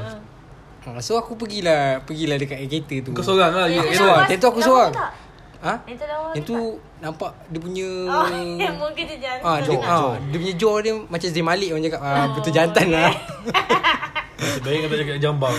S3: ha, So aku pergilah Pergilah dekat kereta tu
S2: Kau seorang lah you-
S5: Eh,
S2: you
S3: Aku
S5: Lawa
S3: seorang
S5: mas-
S3: Time tu aku
S5: lawa
S3: seorang
S5: tak?
S3: Ha?
S5: Yang tu lawa
S3: Yang
S5: ke
S3: tu
S5: tak?
S3: nampak Dia punya
S5: Oh yang mungkin dia jangan
S3: Ah, dia, ah, dia punya jaw dia macam Zain Malik orang cakap
S5: Oh.
S3: ah, Betul jantan lah
S2: Nasib baik kau tak cakap jambang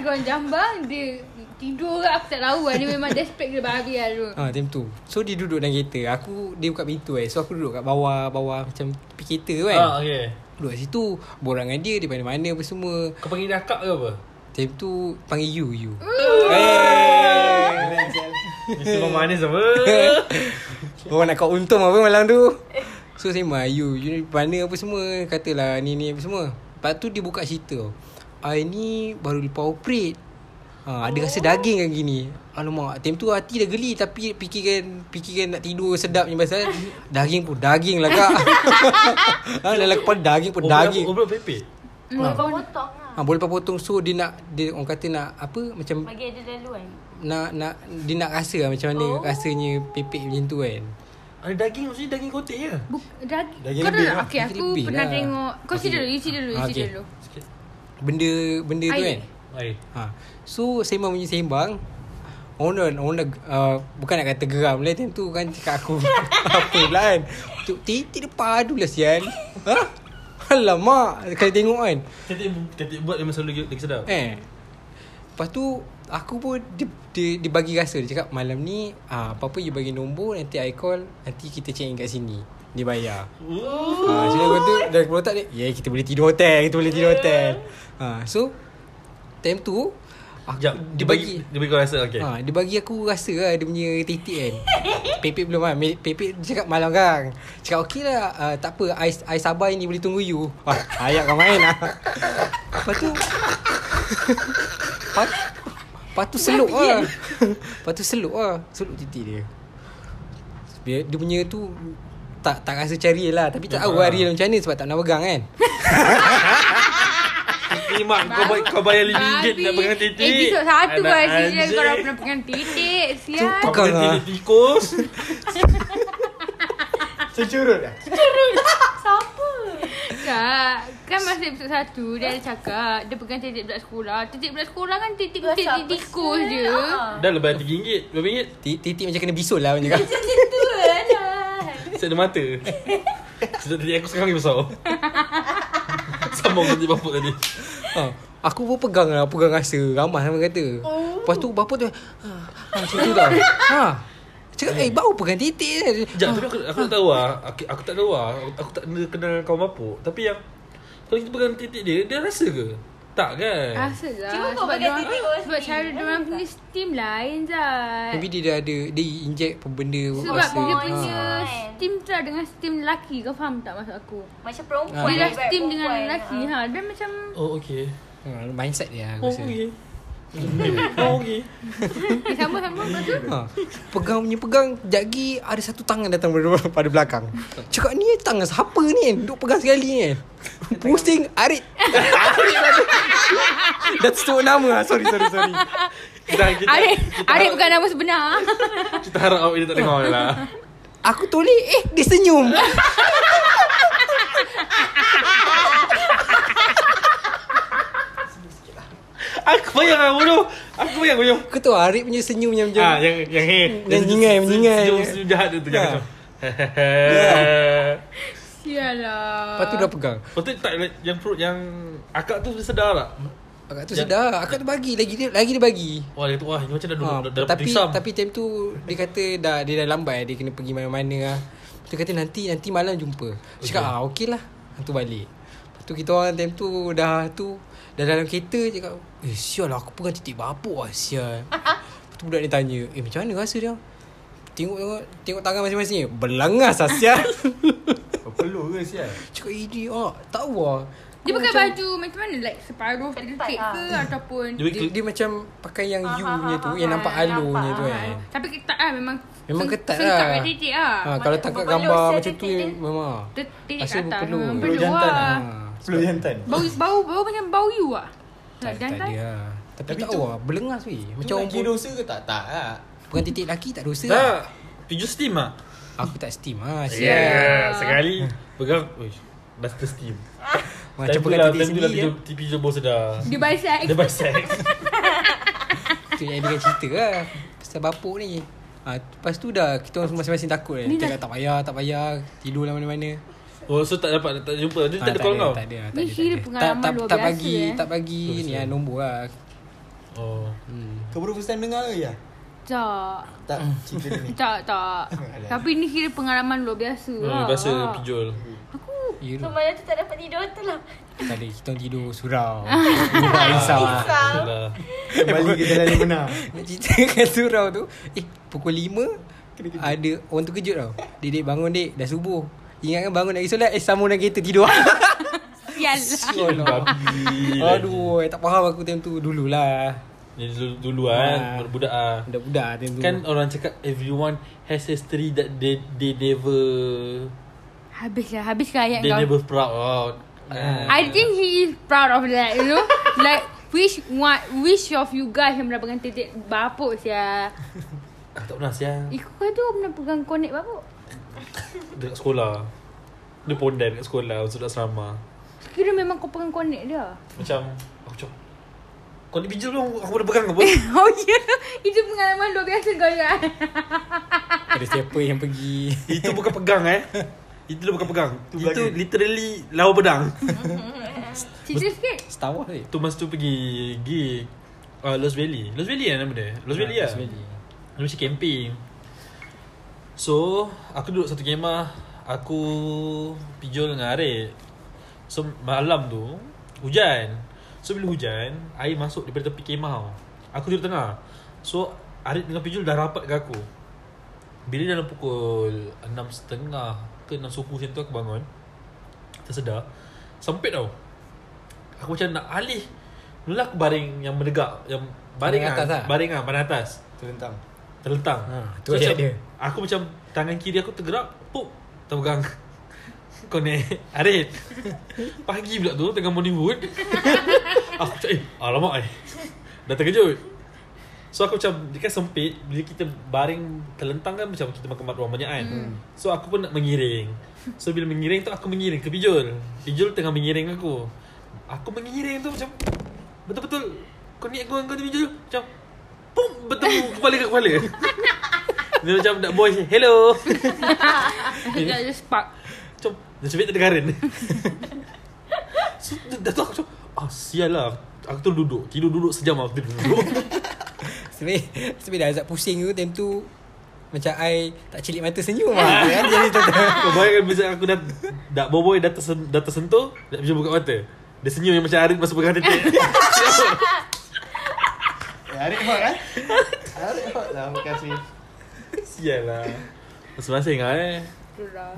S1: Kau jambang dia tidur ke aku tak tahu lah. Dia memang desperate gila babi lah tu.
S3: ah, Time tu So dia duduk dalam kereta Aku Dia buka pintu eh So aku duduk kat bawah Bawah macam tepi kereta tu kan
S2: Ah, okay
S3: Duduk kat situ Borang dengan dia Dia mana-mana apa semua
S2: Kau panggil dia akak ke apa?
S3: Time tu Panggil you You Eh.
S2: Dia sebab manis apa?
S3: Orang Oh, nak kau untung apa malam tu So saya mayu You ni mana apa semua Katalah ni ni apa semua Lepas tu dia buka cerita tau. I ni baru lepas operate ha, Ada rasa daging kan gini Alamak Time tu hati dah geli Tapi fikirkan Fikirkan nak tidur sedap ni pasal Daging pun daging lah kak ha, Dalam kepala daging pun daging
S2: Obrol pepek?
S5: Mulut kau potong lah
S3: ha, Boleh potong So dia nak dia Orang kata nak Apa macam
S5: Bagi ada laluan
S3: nak nak dia nak rasa lah macam mana oh. rasanya pepek macam tu kan.
S2: Ada daging maksudnya daging kotik je
S1: Buk, daging.
S4: Daging
S1: Kau
S4: lebih
S1: dah
S4: lah.
S1: Okay,
S3: Daging
S1: aku
S3: lebih
S1: pernah
S3: lah.
S1: tengok. Kau
S3: Okay.
S1: cerita dulu, you cerita dulu, you
S3: Ah,
S1: cerita
S3: okay.
S1: dulu.
S3: Benda benda tu kan.
S1: Air.
S2: Air
S3: Ha. So sembang punya sembang Orang dah, orang dah uh, Bukan nak kata geram lah Time tu kan cakap aku Apa pula kan Tuk titik dia padu lah sian Ha? Alamak Kali tengok kan
S2: Tetik, tetik buat memang selalu lagi sedap
S3: Eh Lepas tu Aku pun dia, dia, dia bagi rasa Dia cakap malam ni ah, Apa-apa you bagi nombor Nanti I call Nanti kita check in kat sini Dia bayar Ah, so aku tu Dari kepala otak dia Yeah kita boleh tidur hotel Kita boleh tidur hotel ah, So Time tu aku,
S2: Sekejap Dia bagi Dia bagi kau rasa okay
S3: Ha, dia bagi aku rasa lah dia punya titik kan. Pepek belum kan. Me- Pepek dia cakap malam kan. Cakap okey lah. Uh, tak apa. I, I sabar ni boleh tunggu you. Wah, ayak kau main lah. Lepas tu. Lepas, lepas tu seluk lah. Lepas tu seluk lah. Seluk titik dia. Dia, dia punya tu tak tak rasa cari lah. Tapi tak tahu lah real macam mana sebab tak pernah pegang kan.
S2: Ni mak kau, bayar, kau bayar RM5 nak pegang titik
S1: Episod satu
S2: Anak
S1: lah cerita
S2: anjing.
S1: kau dah pernah pegang titik. Sial.
S2: Kau
S3: Pegang
S2: pegang
S3: lah.
S2: titik tikus
S4: Securut lah
S1: Tak. Kan masa episod satu dia ada cakap dia pegang titik budak sekolah. Titik budak sekolah kan titik
S5: Buat
S1: titik
S5: apa
S1: tikus
S5: sih?
S1: je.
S5: Ah.
S2: Dah lebih RM3 Berapa ringgit?
S3: Ti- Titik macam kena bisul lah. Macam
S5: Macam tu lah
S2: Set ada mata Sedap titik aku sekarang lagi besar Sambung titik bapak tadi
S3: ha. Aku pun pegang lah Pegang rasa Ramah sama kata oh. Lepas tu bapa tu ha, ha, Macam tu tau ha. Cakap eh bau pegang titik je
S2: Sekejap tapi aku, aku tak tahu lah aku, aku tak tahu lah Aku, aku tak kena- kenal kawan bapak Tapi yang Kalau kita pegang titik dia Dia rasa ke? Tak kan
S1: Rasa lah
S5: Cuba kau
S1: sebab
S5: pakai
S1: dorang-
S5: titik bawah
S1: Sebab
S5: steam.
S1: cara diorang punya steam lain Zat
S3: Maybe dia dah ada Dia inject pembenda
S1: Sebab
S5: Rasa-
S1: dia
S3: Ha.
S5: Ah.
S1: punya
S5: Kan?
S1: steam tu lah dengan steam lelaki Kau faham tak maksud aku?
S5: Macam perempuan
S3: Ah.
S1: Dia dah
S5: ibarat
S1: steam dengan
S5: perempuan.
S1: lelaki
S5: Ah.
S1: ha. Dia macam
S2: Oh okay
S3: ha, Mindset dia aku
S2: Oh
S3: rasa
S2: okay Oh okay
S1: eh, sama-sama Lepas tu
S3: ha. Pegang punya pegang Sekejap lagi Ada satu tangan datang ber- Pada belakang Cakap ni tangan siapa ni kan Duk pegang sekali ni kan Pusing Arit Arit balik. Dah tersetuk nama ah. Sorry sorry sorry
S2: Dah kita
S1: Arif Arif bukan nama sebenar
S2: Kita harap awak dia tak dengar lah
S3: Aku toleh Eh dia senyum
S2: Aku bayang lah bodoh Aku bayang bodoh
S3: Kau tahu Arit punya senyum yang macam
S2: Ah, yang yang Ya. heh.
S3: Yang nyingai, menyingai.
S2: Senyum senyum jahat tu
S3: Ya.
S2: jangan macam. Hehehe.
S1: Sialah
S3: Lepas tu dah pegang
S2: Lepas tu tak yang perut yang akak tu dia sedar tak?
S3: Akak tu
S2: Yang-
S3: sedar Akak tu bagi Lagi dia lagi dia bagi
S2: Wah, dia tu wah, ni macam dah duduk
S3: ha,
S2: dah, dah
S3: tapi
S2: pisam.
S3: tapi time tu dia kata dah dia dah lambat dia kena pergi mana-mana lah. Tu kata nanti nanti malam jumpa. Aku Cakap ah okey lah. Ha, Tu balik. Lepas tu kita orang time tu dah tu dah dalam kereta cakap eh sial lah aku pegang titik bapuk lah sial. Lepas tu budak ni tanya eh macam mana rasa dia? Tengok tengok tengok tangan masing-masing Berlengas lah sial
S4: Oh, Perlu ke sial?
S3: Cakap ini ah Tak tahu lah
S1: Dia pakai
S3: Aku macam-
S1: baju macam mana Like separuh
S5: Ketat
S1: Ketat
S5: lah.
S1: ke Ataupun
S2: Dia
S3: dia, dia macam pakai yang
S5: Ah,
S3: U
S5: ah,
S3: punya
S5: ah,
S3: tu
S5: ah,
S3: Yang nampak
S5: ah,
S3: alunya
S5: nampak,
S3: tu
S5: ah,
S3: kan
S1: Tapi ketat lah Memang
S3: Memang
S1: seng-
S3: ketat
S1: Sengkak
S3: lah.
S1: dengan titik lah
S3: Ha, kalau tak kat
S5: berpeluh
S3: gambar
S5: sial
S3: macam
S5: dia
S3: tu
S5: titik.
S3: memang ah.
S1: Dia Titik
S3: Asal
S1: kat atas
S3: berpeluh.
S1: Memang
S4: Perlu
S1: peluk
S4: jantan
S3: Ha.
S1: lah
S4: Perlu jantan.
S1: Bau bau bau macam bau you ah.
S3: Tak, tak ada lah. Tapi,
S4: Tapi
S3: tak
S4: tu-
S3: tahu lah, berlengas weh. Macam
S4: Macam
S3: orang
S4: nak kira
S3: bodoh.
S4: dosa ke tak? Tak lah.
S3: Bukan titik laki tak dosa
S2: tak.
S3: lah.
S2: Tujuh Ah, steam ah.
S3: Aku tak steam lah.
S2: Ya,
S3: Sial.
S2: sekali pegang. Uish, dah steam.
S3: Macam
S2: Time tu
S3: pegang
S2: lah- time
S3: titik
S2: tu lah
S3: sendiri ya.
S2: tidur- tidur jebol sedar.
S1: Dia bicycle.
S2: Dia bisex.
S3: lah. Tu yang dia cerita lah. Pasal bapuk ni. Ha, lepas tu dah kita orang masing-masing takut kan.
S1: Ni
S3: Cakap tak payah, tak payah. Tidur lah mana-mana.
S2: Oh, so tak dapat tak jumpa. Dia
S3: Ah,
S2: tak ada call kau.
S3: Tak ada,
S1: Ni
S3: tak ada. tak
S1: kira
S3: ada.
S1: pengalaman
S3: Tak- tak-
S1: luar
S3: Tak
S1: biasa,
S3: bagi,
S1: eh.
S3: tak bagi ni lah nombor lah. Hmm,
S2: Oh.
S4: Kau baru first time dengar ke ya?
S1: Tak.
S4: Tak, cerita dia ni.
S1: Tak tak.
S4: Alah.
S1: Tapi ni kira pengalaman luar biasa.
S3: Hmm,
S2: Oh,
S1: lah.
S2: biasa pinjol.
S3: Ya
S5: Ah. So
S3: tu.
S5: malam tu tak dapat tidur tu lah
S3: Tak ada, kita orang tidur surau. Tak risau lah.
S2: Alhamdulillah.
S4: Kembali ke jalan yang benar.
S3: Nak ceritakan surau tu Eh pukul 5 Ada orang tu kejut tau Dek dek bangun dek Dah subuh Ingat kan bangun nak pergi solat Eh sambung dalam kereta tidur
S1: Sialah.
S3: Aduh eh, Tak faham aku time tu Dululah
S2: Ni dulu, dulu kan,
S3: Ah.
S2: budak ah.
S3: Budak-budak time tu
S2: Kan orang cakap everyone has history that they they never
S1: Habis lah. Habis ke ayat
S2: they
S1: kau.
S2: never proud about. Ah.
S1: I think he is proud of that. You know. like which one which of you guys yang pernah pegang titik bapuk sia.
S2: Aku tak pernah siang
S1: Eh kau tu pernah pegang connect bapuk?
S2: dekat sekolah. Dia pondan dekat sekolah untuk asrama.
S1: Kira memang kau pegang connect dia.
S2: Macam aku cakap kau ni bijil dong, aku dah pegang apa?
S1: Oh ya. Yeah. Itu pengalaman luar biasa kau ya. ingat.
S3: Ada siapa yang pergi
S2: Itu bukan pegang eh. Itu dia bukan pegang. Itu,
S4: Itu belaka.
S2: literally lawa pedang.
S1: Cerita sikit.
S3: Star Wars eh
S2: tu masa tu pergi gig uh, Los Valley. Los Valley kan nama dia?
S3: Ya,
S2: Los Valley
S3: Ah,
S2: lah. Dia macam camping So Aku duduk satu kemah Aku Pijol dengan Arik So malam tu Hujan So bila hujan Air masuk daripada tepi kemah tau Aku duduk tengah So Arik dengan Pijol dah rapat ke aku Bila dalam pukul 6.30 Ke 6 suku macam tu aku bangun Tersedar Sempit tau Aku macam nak alih Mula aku baring yang mendegak Yang baring
S3: Baring atas
S2: lah
S3: lah.
S2: Baring lah Baring atas
S4: Terlentang.
S2: Terlentang
S3: Ha,
S2: ha,
S3: tu ayat
S2: macam,
S3: dia.
S2: Aku macam Tangan kiri aku tergerak Pup Terpegang Connect Arif Pagi pula tu Tengah morning wood Aku macam eh Alamak eh Dah terkejut So aku macam Dia kan sempit Bila kita baring Terlentang kan Macam kita makan ruang banyak kan hmm. So aku pun nak mengiring So bila mengiring tu Aku mengiring ke Pijol Pijol tengah mengiring aku Aku mengiring tu macam Betul-betul Connect aku dengan kau tu Pijol Macam Pum Bertemu kepala ke kepala Dia macam nak voice Hello
S1: Dia ada spark.
S2: macam Nasib baik tak ada current So dah tu aku macam Ah sial lah Aku tu duduk Tidur duduk sejam lah Aku tidur duduk
S3: Sebenarnya Sebenarnya dah azab pusing tu Time tu Macam I Tak celik mata senyum lah Kan Jadi tu
S2: Kau bayangkan macam aku dah Dah boy dah, tersen, dah tersentuh Dah macam buka mata Dia senyum yang macam Arif masa pegang detik
S4: Eh, Arif Hot kan? Arif Hot lah bukan Smith.
S2: Sial lah Masing-masing lah eh
S1: Betul lah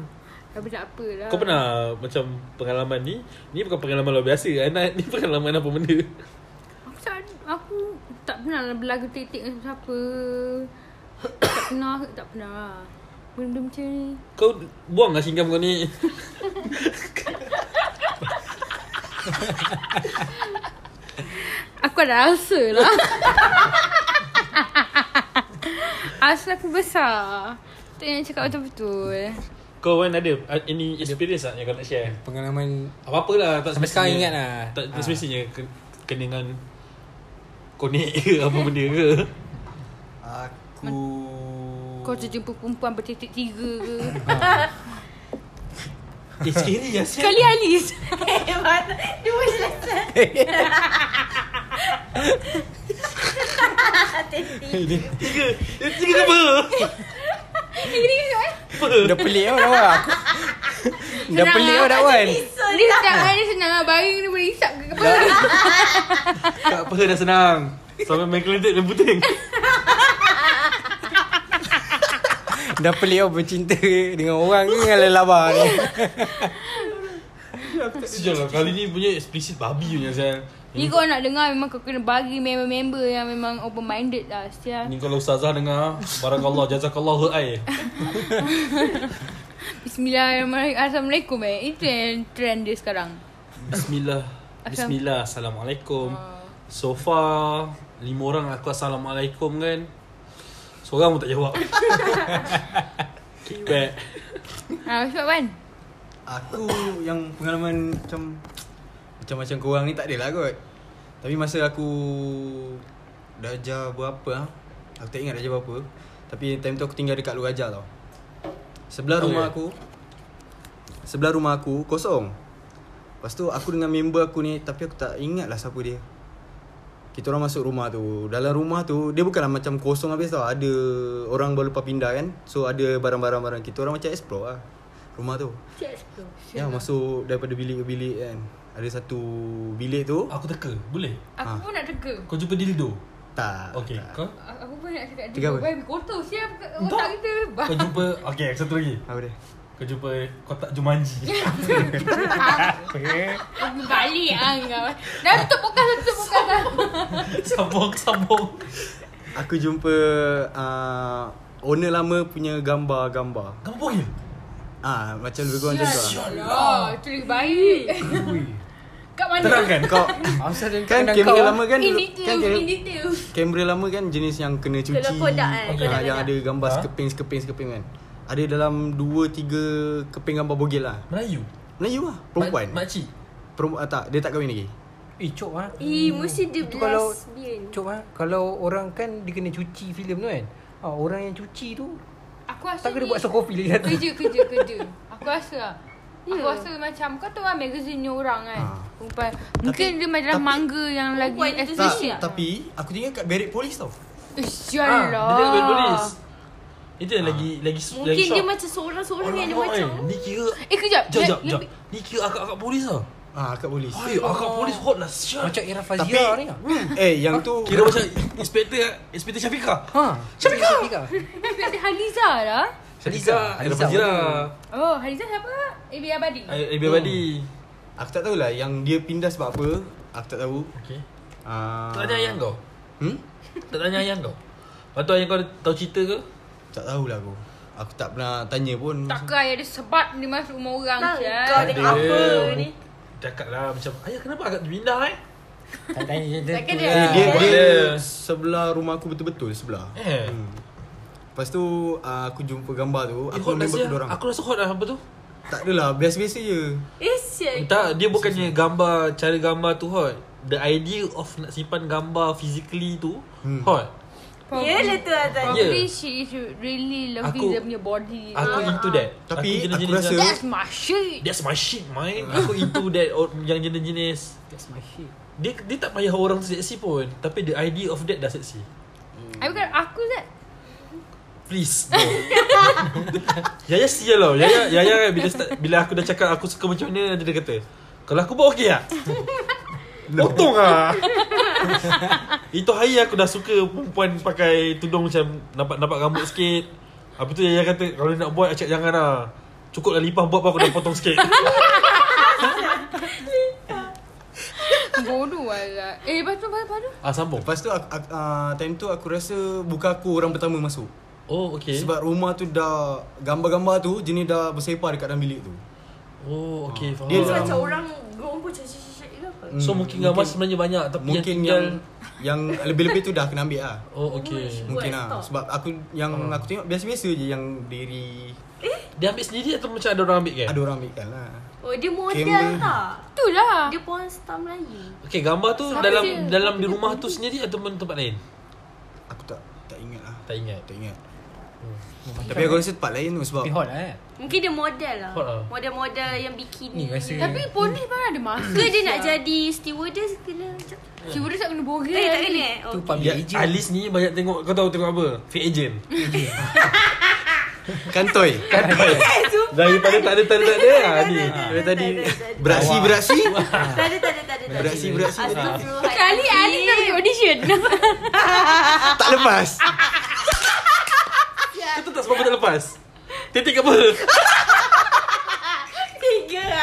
S1: Dah macam apa lah
S2: Kau pernah macam pengalaman ni Ni bukan pengalaman luar biasa Anak ni pengalaman apa benda
S1: Aku tak Aku tak pernah lah berlagu titik dengan siapa Tak pernah Tak pernah lah Benda macam ni
S2: Kau buang lah singgah kau ni
S1: Aku ada rasa lah Asal aku besar Tak nak cakap betul-betul
S2: Kau Wan ada uh, Ini experience tak yang kau nak share
S3: Pengalaman
S2: Apa-apa lah tak
S3: Sampai sekarang
S2: semestinya-
S3: ingat lah.
S2: Tak ha.
S3: Ha.
S2: semestinya ke- Kena dengan Konek ke apa benda ke
S4: Aku
S1: Kau terjumpa perempuan bertitik tiga ke
S2: Eh scary lah sial
S1: Sekali Alis
S5: Eh, Dua selesai Tenti
S2: Tiga Dia tiga apa
S1: eh?
S3: Dah pelik tau dah Wan. aku Dah
S1: Senang
S3: pelik tau
S1: lah.
S3: dah Wan
S5: Pisau
S1: Ni
S5: ni
S1: tak ada senang lah Baring dia boleh isap ke kepala
S4: tak apa dah senang.
S2: Sampai main keledek dan puting
S3: Dah pelik tau bercinta Dengan orang ke Dengan lelabang ni
S2: Sejak lah kali ni punya explicit babi punya sial
S1: Ni kau nak dengar Memang kau kena bagi Member-member yang memang Open minded lah Sial
S2: Ni kalau ustazah dengar Barakallah Jazakallah khair
S1: Bismillahirrahmanirrahim Assalamualaikum eh Itu yang trend dia sekarang
S2: Bismillah
S1: Assalam-
S2: Bismillah Assalamualaikum So far Lima orang aku Assalamualaikum kan Seorang pun tak jawab Kick back
S1: Ha sebab kan
S4: Aku yang pengalaman macam macam-macam korang ni tak adalah kot. Tapi masa aku darjah berapa ah? Aku tak ingat darjah berapa. Tapi time tu aku tinggal dekat luar ajar tau. Sebelah
S2: Oh,
S4: rumah
S2: ya?
S4: aku Sebelah rumah aku kosong. Lepas tu aku dengan member aku ni tapi aku tak ingat lah siapa dia. Kita orang masuk rumah tu Dalam rumah tu Dia bukanlah macam kosong habis tau Ada Orang baru lepas pindah kan So ada barang-barang barang Kita orang macam explore lah Rumah tu Ya masuk daripada bilik ke bilik kan Ada satu bilik tu
S2: Aku teka Boleh?
S1: Aku
S4: Ha.
S1: pun nak teka
S2: Kau jumpa dildo?
S4: Tak
S2: Okay
S4: tak.
S2: Kau?
S1: A- Aku pun nak cakap
S4: Teka
S1: Tiga
S4: apa?
S1: Baik kotor siap Otak kita
S2: Kau jumpa Okay satu lagi
S4: Apa dia?
S2: Kau jumpa Kotak Jumanji
S1: Aku balik lah kau Dah tutup pokas Dah tutup pokas lah
S2: Sambung Sambung
S4: Aku jumpa uh, Owner lama punya gambar-gambar
S2: Kamu ya? panggil?
S4: Ah, Macam lebih kurang macam tu lah
S1: Oh Itu lebih baik Kat mana
S2: Terangkan kau
S4: Kan
S3: Kadang
S4: kamera
S3: kau- ah.
S4: lama kan
S1: In
S4: kan
S1: detail In
S4: kamera,
S1: detail
S4: kamera lama kan jenis yang kena cuci
S5: Kalau kodak kan,
S4: Ah,
S5: kodak-kodak.
S4: Yang ada gambar
S2: Ha?
S4: sekeping-sekeping-sekeping kan Ada dalam 2-3 keping gambar bogel lah
S2: Melayu?
S4: Melayu lah Perempuan
S2: Mak, Makcik?
S4: Perempuan ah, tak Dia tak kahwin lagi
S3: Eh cok lah
S5: Eh mesti dia
S3: Itu kalau-
S5: lesbian
S3: Cok lah Kalau orang kan Dia kena cuci filem tu kan ha, Orang yang cuci tu
S1: Aku rasa
S3: Tak kena
S1: ni-
S3: buat sokopi lagi satu
S1: Kerja kerja kerja Aku rasa lah Aku
S5: Ya.
S1: rasa macam Kau tahu kan magazine ni orang kan
S2: Ah.
S4: Ha.
S1: Perempuan Mungkin dia macam
S4: tapi-
S1: manga Yang lagi
S5: Perempuan lah. itu
S4: Tak
S1: efisien
S4: Tapi Aku tinggal kat barrack polis tau
S1: Eh
S2: Ah,
S1: sial
S2: Dia tak boleh
S1: lah
S2: polis Itu yang lagi Lagi lagi
S5: Mungkin
S2: shock.
S5: dia macam seorang-seorang yang dia
S2: Alamak,
S5: macam
S2: eh. Ni kira
S1: Eh kejap
S2: Jap,
S1: Yang-
S2: jap,
S1: yang-
S2: jap. Ni kira akak-akak polis lah.
S4: Ah, kat polis
S2: Hai, akak polis hot lah. Sial.
S3: Macam Ira
S4: Tapi
S3: Fazira ni lah
S5: Hmm.
S4: Eh yang tu
S2: Kira macam inspektor, inspektor Syafiqah.
S3: Ha Syafika
S1: Ada Haliza lah
S2: Syafiqah, Ira
S3: Haliza.
S2: Fazira.
S1: Oh Haliza siapa? Ibi Abadi
S2: Ibi Abadi.
S4: Aku tak tahulah Yang dia pindah sebab apa Aku tak tahu
S2: Okay.
S4: ah,
S2: Tak tanya ayah kau?
S4: Hmm?
S2: Tak tanya ayah kau? Lepas tu ayah kau tahu cerita ke?
S4: Tak tahulah aku Aku tak pernah tanya pun
S1: Takkan ada sebab Dia masuk rumah orang eh?
S5: Bang,
S1: sial.
S5: kau ada apa ni
S2: Cakap lah macam, ayah kenapa agak pindah eh?
S3: Tak tanya macam
S5: Takkan
S3: tu
S5: dia-
S3: lah.
S4: Eh, dia, dia,
S2: Boleh.
S4: sebelah rumah aku betul-betul sebelah
S2: Eh.
S4: hmm. Lepas tu ah, aku jumpa gambar tu
S2: Eh,
S4: Aku
S2: hot lah
S4: remember
S2: sial.
S4: kedua orang
S2: Aku rasa hot lah apa tu?
S4: Tak adalah biasa-biasa je
S5: Eh sial
S2: Tak, dia bukannya gambar, cara gambar tu hot. The idea of nak simpan gambar physically tu
S4: Hmm.
S2: hot.
S5: Yelah tu lah tanya
S1: Probably she is really loving
S2: Ya. Aku-
S1: dia punya body
S2: Aku
S5: Ah.
S2: into that.
S4: Tapi
S2: jenis-
S4: aku
S2: jenis
S4: rasa- Ah.
S2: yang-
S1: That's my shit
S2: That's my shit man Aku into that or- Yang jenis-jenis
S3: That's my shit
S2: Dia dia tak payah orang seksi pun Tapi the idea of that dah seksi
S1: Aku kan aku tak
S2: Please no. Yaya sial tau Yaya, Yaya kan bila, start, bila aku dah cakap aku suka macam mana Dia dah kata Kalau aku buat okey tak? Potong lah Itu hari aku dah suka Perempuan pakai tudung macam Nampak nampak rambut sikit Habis tu Yaya kata Kalau nak buat Acik jangan lah Cukup lah lipah buat pun Aku dah potong sikit
S1: Bodoh lah Eh lepas tu lepas tu
S2: Ah sambung
S4: Lepas tu aku, aku, uh, Time tu aku rasa Buka aku orang pertama masuk
S2: Oh okay
S4: okay. Sebab rumah tu dah Gambar-gambar tu Jenis dah bersepar dekat dalam bilik tu
S2: Oh okay faham
S4: Dia Hmm.
S5: So,
S4: dalam-
S5: macam orang Gerumpun cacik-cacik ke apa
S2: So mungkin gambar sebenarnya banyak Tapi yang
S4: Mungkin
S2: tinggal
S4: yang Yang lebih-lebih tu dah kena ambil lah
S2: Oh Hmm. okay
S4: Mungkin
S5: Buat
S4: lah
S5: stop.
S4: Sebab aku Yang aku tengok biasa-biasa je Yang diri
S2: Dia ambil sendiri atau macam ada orang ambil kan?
S4: Ada orang ambil kan lah
S5: Oh dia model
S4: Camera.
S5: tak
S1: Tu lah
S5: Dia porn star Melayu
S2: Okay gambar tu
S1: Sama
S2: dalam
S1: je.
S2: dalam di rumah tu sendiri ataupun tempat lain?
S4: Aku tak tak ingat lah
S2: Tak ingat.
S4: Tak ingat Tapi aku rasa tempat lain tu sebab
S3: Tapi hot lah eh
S5: Mungkin dia model lah
S2: Hot lah.
S5: Model-model yang
S3: Ni
S5: bikini
S3: rasa
S1: Tapi polis mana ada masa
S5: Ke dia nak jadi stewardess Kena macam
S1: Cuma dia tak kena borang
S5: Eh tak kena eh
S3: Tu
S5: oh.
S3: public
S2: Ya,
S3: agent
S2: Alis ni banyak tengok Kau tahu tengok apa? Fake agent
S4: Kantoi
S2: Kan Daripada tak ada tak ada tak ada ah, ni.
S4: Dari tadi
S5: tak ada, tak Ah, ada.
S4: Beraksi-beraksi
S5: Tak ada tak ada tak ada
S4: Beraksi-beraksi
S2: Ah.
S1: Kali Ali nak pergi audition
S4: Tak lepas
S2: Kau tak sebab tak lepas Titik apa?
S5: Tiga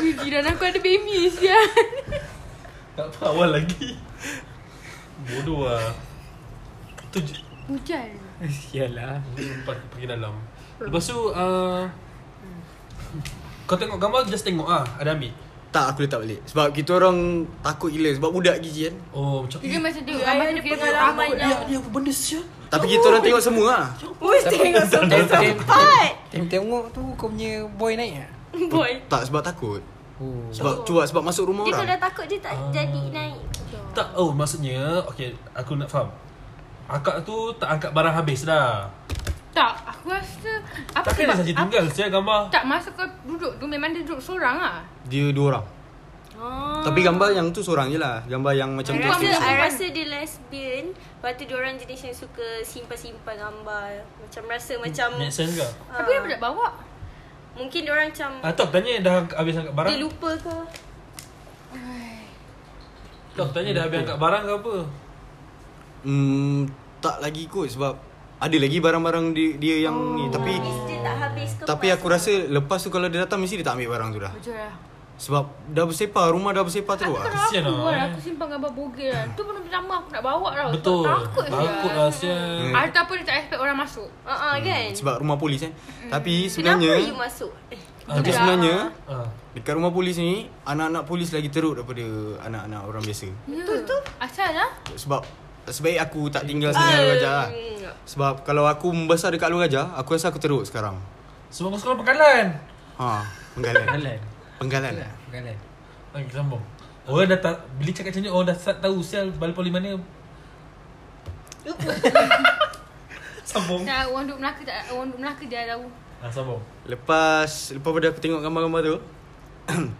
S1: Ui, Jiran aku ada baby sian
S2: Tak apa awal lagi Bodoh lah Tu je
S1: Hujan
S3: Sialah
S2: Lepas tu pergi dalam Lepas tu uh, Kau tengok gambar Just tengok ah Ada ambil
S4: Tak aku letak balik Sebab kita orang Takut gila Sebab budak gigi kan
S2: Oh macam
S1: Kita
S2: eh,
S1: macam tengok
S5: Ayah
S1: gambar
S5: ada
S1: tu kita
S5: pengalaman
S1: takut.
S5: yang-
S2: Dia dia apa benda sia
S4: Tapi kita orang tengok semua lah
S5: Ui tengok sampai sempat
S3: Time tengok tu kau punya boy naik tak?
S5: Boy
S4: Tak sebab takut
S3: Oh
S4: Sebab
S5: Oh.
S4: cuba Sebab masuk rumah
S5: Dia kalau dah
S4: orang
S5: takut dia tak jadi naik
S2: Tak oh maksudnya Okay aku nak faham Akak tu tak angkat barang habis dah
S1: Tak Aku rasa Apa
S2: Takkan dia
S1: sebab
S2: saja
S1: apa-
S2: tinggal Saya gambar
S1: Tak masa kau duduk tu Memang dia duduk seorang lah
S4: Dia dua orang
S5: Ah.
S4: Tapi gambar yang tu seorang je lah Gambar yang macam
S1: Dia
S4: tu
S5: I
S1: ambil-
S5: rasa, I
S1: perempuan.
S5: rasa dia lesbian Lepas tu diorang jenis yang suka simpan-simpan gambar Macam rasa macam
S2: Make Hmm. sense ke?
S5: ah,
S1: Tapi dia tak bawa
S5: Mungkin diorang macam
S2: Ah, tak tanya dah angkat- habis angkat barang
S5: Dia lupa ke
S2: Tak tanya dah habis angkat barang ke apa
S4: Hmm Tak lagi kot sebab Ada lagi barang-barang dia, dia yang
S5: Oh,
S4: ni Tapi
S5: Dia tak habis ke
S4: Tapi aku rasa Lepas tu kalau dia datang Mesti dia tak ambil barang tu dah
S1: Hujan lah
S4: Sebab dah bersepah Rumah dah bersepah terus lah
S2: Kesian
S1: Aku
S2: lah,
S1: kan
S2: eh.
S1: Aku simpan gambar bogel lah Tu pun pertama aku nak bawa tau
S2: Betul
S1: Takut sian
S2: Takut lah sia
S4: Hmm.
S1: Ataupun dia tak expect orang masuk
S5: uh-uh, kan Hmm.
S4: Sebab rumah polis kan Tapi
S5: Kenapa
S4: sebenarnya
S5: you masuk Eh,
S4: Tapi
S1: Dah.
S4: sebenarnya
S2: Ah.
S4: Dekat rumah polis ni Anak-anak polis lagi teruk Daripada anak-anak orang biasa
S1: Betul tu Ya. Asal lah
S4: Sebab Sebaik aku tak tinggal Sini Alor Gajah lah. Sebab kalau aku membesar Dekat Alor Gajah Aku rasa aku teruk sekarang
S2: Sebab kau sekolah pekalan
S4: Ha Penggalan
S3: Penggalan
S4: Penggalan
S3: Penggalan
S2: Okay Ah, sambung Orang dah tak Bila cakap macam ni Orang dah start tahu Sial balik poli mana Sambung
S1: Dah orang duduk Melaka tak Orang duduk Melaka dia tahu
S2: ah, Sambung
S4: Lepas Lepas pada aku tengok gambar-gambar tu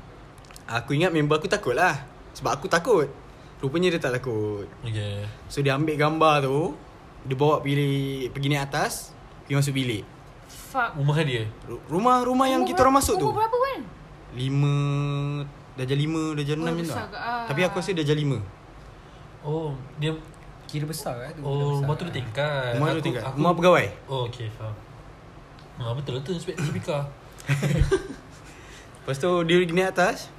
S4: Aku ingat member aku takut lah Sebab aku takut Rupanya dia tak takut
S2: Okay
S4: So dia ambil gambar tu Dia bawa pilih Pergi naik atas Pergi masuk bilik
S1: Fuck
S2: Rumah dia
S4: Ru- Rumah-rumah yang
S1: Umur
S4: kita orang
S1: berapa-
S4: masuk tu
S1: Umur berapa kan?
S4: Lima Darjah lima Darjah enam je
S1: besar
S4: tak
S1: agak ah.
S4: Tapi aku rasa darjah lima
S2: Oh Dia
S3: Kira besar lah tu
S2: Oh rumah tu dia tingkat
S4: Rumah tu
S2: Aku-
S4: tingkat
S2: aku-
S4: Rumah pegawai
S2: Oh okay faham Ah, betul lah tu Sebab Cipika
S4: Lepas tu dia pergi naik atas